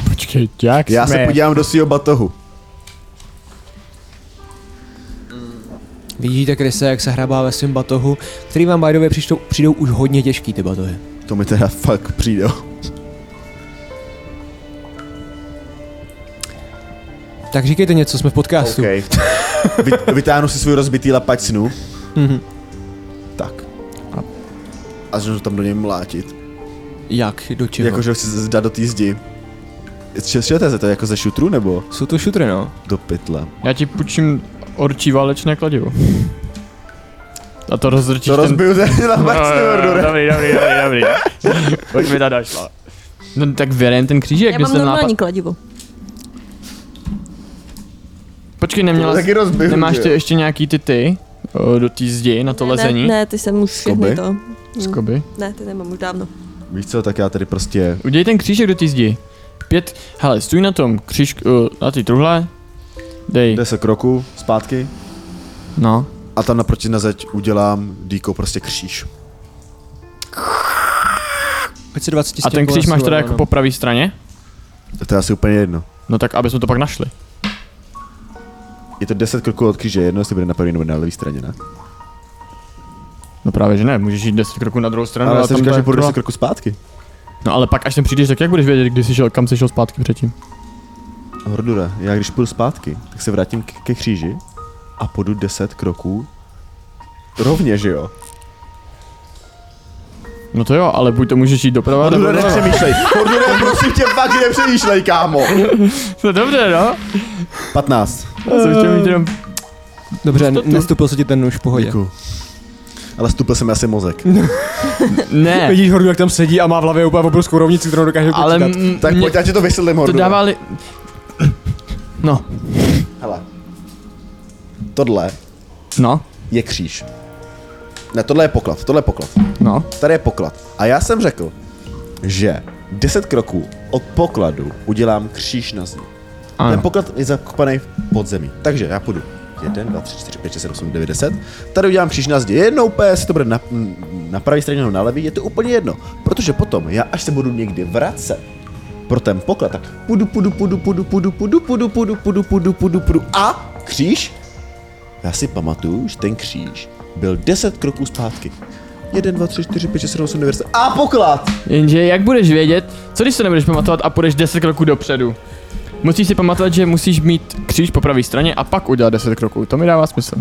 B: Počkej, jak
C: Já se podívám do svého batohu.
A: Vidíte Kryse, jak se hrabá ve svém batohu, který vám bajdově přijdou, přijdou už hodně těžký ty batohy.
C: To mi teda fakt přijde.
A: Tak říkejte něco, jsme v podcastu.
C: Okay. Vy, vytáhnu si svůj rozbitý lapať snu.
A: Mhm.
C: tak. A začnu tam do něj mlátit.
A: Jak, do čeho?
C: Jakože ho chci z- dát do té zdi. Češtěte se to jako ze šutru nebo
A: Jsou to šutry, no.
C: do pytle?
B: Já ti půjčím orčí válečné kladivo. A to rozdrčíš
C: To rozbiju ten
B: No,
C: lapať snu, Hordore.
B: Dobrý, dobrý, dobrý, dobrý. Pojď mi ta došla. No tak věrem ten křížek,
D: já
B: kde
D: mám
B: jsem
D: normální
B: nápad...
D: kladivo.
B: Počkej, neměla
C: To
B: jsi...
C: taky rozbiju,
B: Nemáš
C: že
B: ty
C: jo?
B: ještě nějaký ty ty? o, Do té zdi na to
D: Ne,
B: lezení?
D: ne, ty jsem už
C: Skoby?
D: všechny to.
B: Skoby.
D: Ne, ty nemám už dávno.
C: Víš co, tak já tady prostě...
B: Udělej ten křížek do té zdi. Pět, hele, stůj na tom kříž, uh, na ty truhle. Dej,
C: 10 kroků zpátky
B: no.
C: a tam naproti na zeď udělám dýkou prostě kříž.
A: Hoď si 20
B: A ten
A: stěnků
B: kříž
A: na
B: máš
A: sebe,
B: teda jako
A: no.
B: po pravé straně?
C: To je asi úplně jedno.
B: No tak, aby jsme to pak našli.
C: Je to 10 kroků od kříže, jedno jestli bude na první nebo na levé straně, ne?
B: No právě, že ne, můžeš jít 10 kroků na druhou stranu.
C: Ale já
B: a
C: jsem
B: tam
C: říkal,
B: ta
C: že půjdu
B: truhla-
C: 10 kroků zpátky.
B: No ale pak, až sem přijdeš, tak jak budeš vědět, kdy jsi šel, kam jsi šel zpátky předtím?
C: Hordura, já když půjdu zpátky, tak se vrátím k- ke kříži a půjdu 10 kroků rovně, že jo?
B: No to jo, ale buď to můžeš jít doprava, nebo
C: Hordura,
B: doleva.
C: nepřemýšlej! Hordura, prosím tě, fakt nepřemýšlej, kámo!
B: No dobře, no.
C: 15.
B: Já jsem chtěl mít jenom...
A: Dobře,
B: Jistotu.
A: nestupil se ti ten nůž v pohodě.
C: Děkuju. Ale stupil jsem asi mozek.
B: Ne,
A: Vidíš hordu, jak tam sedí a má v hlavě úplně obrovskou rovnici, kterou dokáže
B: ale...
A: počítat.
B: m-
C: Tak
B: mě
C: pojď, já ti to vysvětlím,
B: To
C: Hordura.
B: dávali... No,
C: Hele. Tohle
B: no,
C: je kříž. Ne, tohle je poklad, tohle je poklad.
B: no.
C: Tady je poklad. A já jsem řekl, že 10 kroků od pokladu udělám kříž na zdi. Ten
B: Ano.
C: poklad je zakopaný v podzemí. Takže já půjdu. 1, 2, 3, 4, 5, 6, 7, 8, 9, 10. Tady udělám kříž na zdi. Jednou úplně, jestli to bude na, mm, na pravé straně nebo na levý, je to úplně jedno. Protože potom, já až se budu někdy vracet pro ten poklad, tak půjdu, půjdu, půjdu, půjdu, půjdu, půjdu, půjdu, půjdu, půjdu, půjdu, půjdu, půjdu. A kříž? Já si pamatuju, že ten kříž byl 10 kroků zpátky. 1, 2, 3, 4, 5, 6, 7, 8, 9, 10. A poklad!
B: Jenže jak budeš vědět, co když se nebudeš pamatovat a půjdeš 10 kroků dopředu? Musíš si pamatovat, že musíš mít kříž po pravé straně a pak udělat 10 kroků. To mi dává smysl.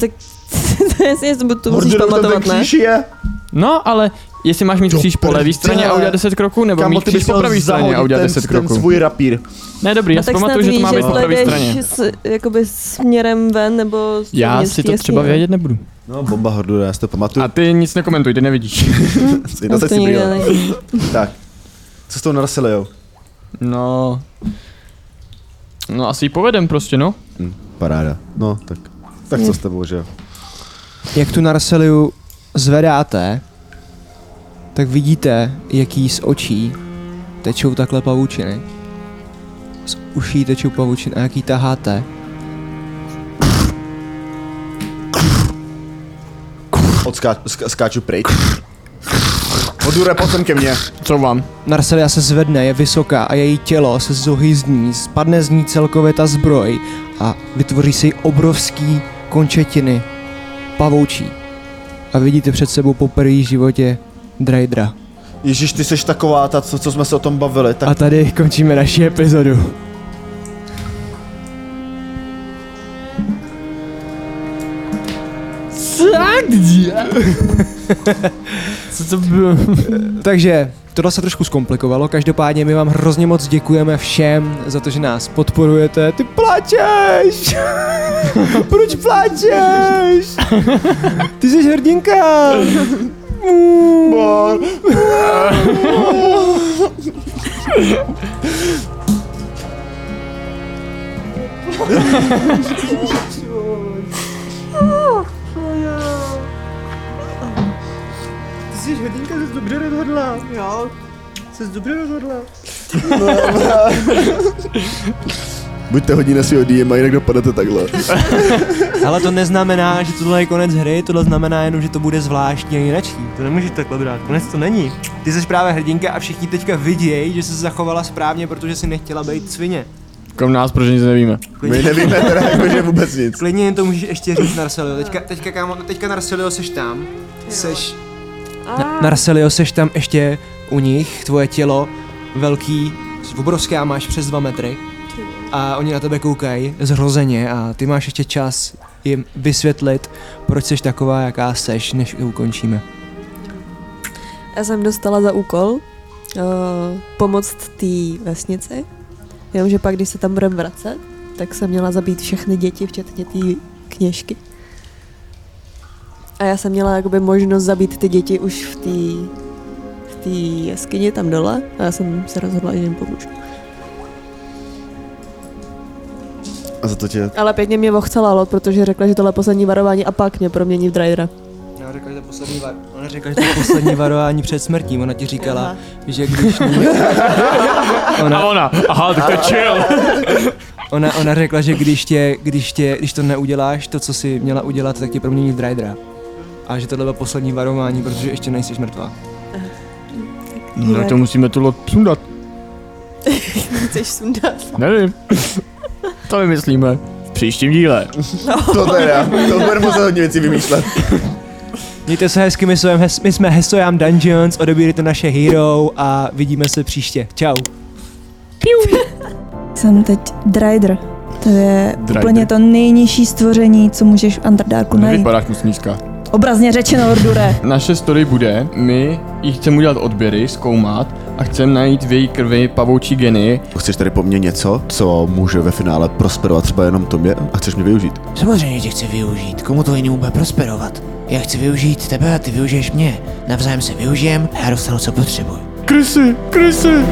D: Tak to je jasně, to musíš
C: Mordorov, tam ten
D: pamatovat, ne?
C: kříž je!
B: No, ale jestli máš mít
C: Do
B: kříž po levé
C: prdele.
B: straně a udělat 10 kroků, nebo
C: Kámo,
B: mít
C: ty
B: kříž
C: bys
B: po pravé
C: měl
B: straně a
C: zahodit
B: udělat
C: ten,
B: 10
C: ten
B: kroků.
C: svůj rapír.
B: Ne, dobrý, já si
D: tak snad
B: pamatuju, že to
D: víš,
B: má být po pravé
D: jdeš
B: straně.
D: S, jakoby směrem ven, nebo... s-
B: Já
D: městí,
B: si to
D: jasný,
B: třeba
D: no.
B: vědět nebudu.
C: No, bomba hordura, já si to pamatuju.
B: A ty nic nekomentuj, ty nevidíš.
C: Asi,
D: No,
C: no,
D: to nikde není.
C: Tak. Co s tou narasili, jo?
B: No... No asi ji povedem prostě, no.
C: Paráda. No, tak. Tak co s tebou, že jo?
A: Jak tu Narseliu zvedáte, tak vidíte, jak jí z očí tečou takhle pavučiny. Z uší tečou pavučiny a jak jí taháte.
C: Odskáč, sk- skáču pryč. Hordure, pojď sem ke mně.
B: Co vám?
A: Narselia se zvedne, je vysoká a její tělo se zohyzní, spadne z ní celkově ta zbroj a vytvoří si obrovský končetiny pavoučí. A vidíte před sebou po první životě Drajdra.
C: Ježíš, ty seš taková, ta, co, co jsme se o tom bavili, tak
A: A tady končíme naši epizodu.
B: Co to bylo?
A: Takže tohle se trošku zkomplikovalo, každopádně my vám hrozně moc děkujeme všem za to, že nás podporujete. Ty plačeš! Proč plačeš? Ty jsi hrdinka!
C: Bor.
F: Ty jsi hrdinka, jsi dobře rozhodla. Jo. Jsi dobře rozhodla.
C: Buďte hodní na svého DM, jinak dopadete takhle.
A: Ale to neznamená, že tohle je konec hry, tohle znamená jenom, že to bude zvláštní a jinačí. To nemůžeš takhle brát, konec to není. Ty jsi právě hrdinka a všichni teďka vidějí, že jsi zachovala správně, protože si nechtěla být svině.
B: Kom nás, protože nic nevíme.
C: My nevíme teda jakože vůbec nic.
A: Klidně jen to můžeš ještě říct, Narselio. Teďka, teďka, kámo, teďka Narselio, seš tam. Seš... Na, Narselio, seš tam ještě u nich, tvoje tělo velký, obrovské a máš přes dva metry. A oni na tebe koukají zhrozeně a ty máš ještě čas jim vysvětlit, proč seš taková, jaká seš, než ukončíme.
D: Já jsem dostala za úkol uh, pomoct té vesnici, jenomže pak, když se tam budeme vracet, tak jsem měla zabít všechny děti, včetně té kněžky. A já jsem měla jakoby možnost zabít ty děti už v té v té jeskyni tam dole a já jsem se rozhodla, že jim pomůžu.
C: A za to tě
D: Ale pěkně mě ochcela lot, protože řekla, že tohle je poslední varování a pak mě promění v drydera.
A: Já řekla, že to poslední var... Ona řekla, že to poslední varování před smrtí. Ona ti říkala,
D: Aha.
A: že když ní...
B: A ona, aha, tak to je chill.
A: Ona, ona řekla, že když, tě, když, tě, když to neuděláš, to, co si měla udělat, tak tě promění v Drydra. A že tohle bylo poslední varování, protože ještě nejsi mrtvá.
B: No to musíme tu lot sundat.
D: Chceš sundat?
B: Nevím. To vymyslíme. V příštím díle.
C: To teda, to budeme muset hodně věcí vymýšlet.
A: Mějte se hezky, my jsme, hes- my jsme Hesoyam Dungeons, odebírejte naše hero a vidíme se příště. Čau.
H: Jsem teď Dryder. To je
B: Dryder.
H: úplně to nejnižší stvoření, co můžeš v Underdarku najít.
B: Nevypadáš moc nízká.
H: Obrazně řečeno, Ordure.
B: Naše story bude, my jí chceme udělat odběry, zkoumat a chceme najít v její krvi pavoučí geny.
C: Chceš tady po mně něco, co může ve finále prosperovat třeba jenom tobě a chceš mě využít?
E: Samozřejmě tě chci využít, komu to jinému bude prosperovat? Já chci využít tebe a ty využiješ mě. Navzájem se využijem a já dostanu, co potřebuji.
B: Krysy, krysy!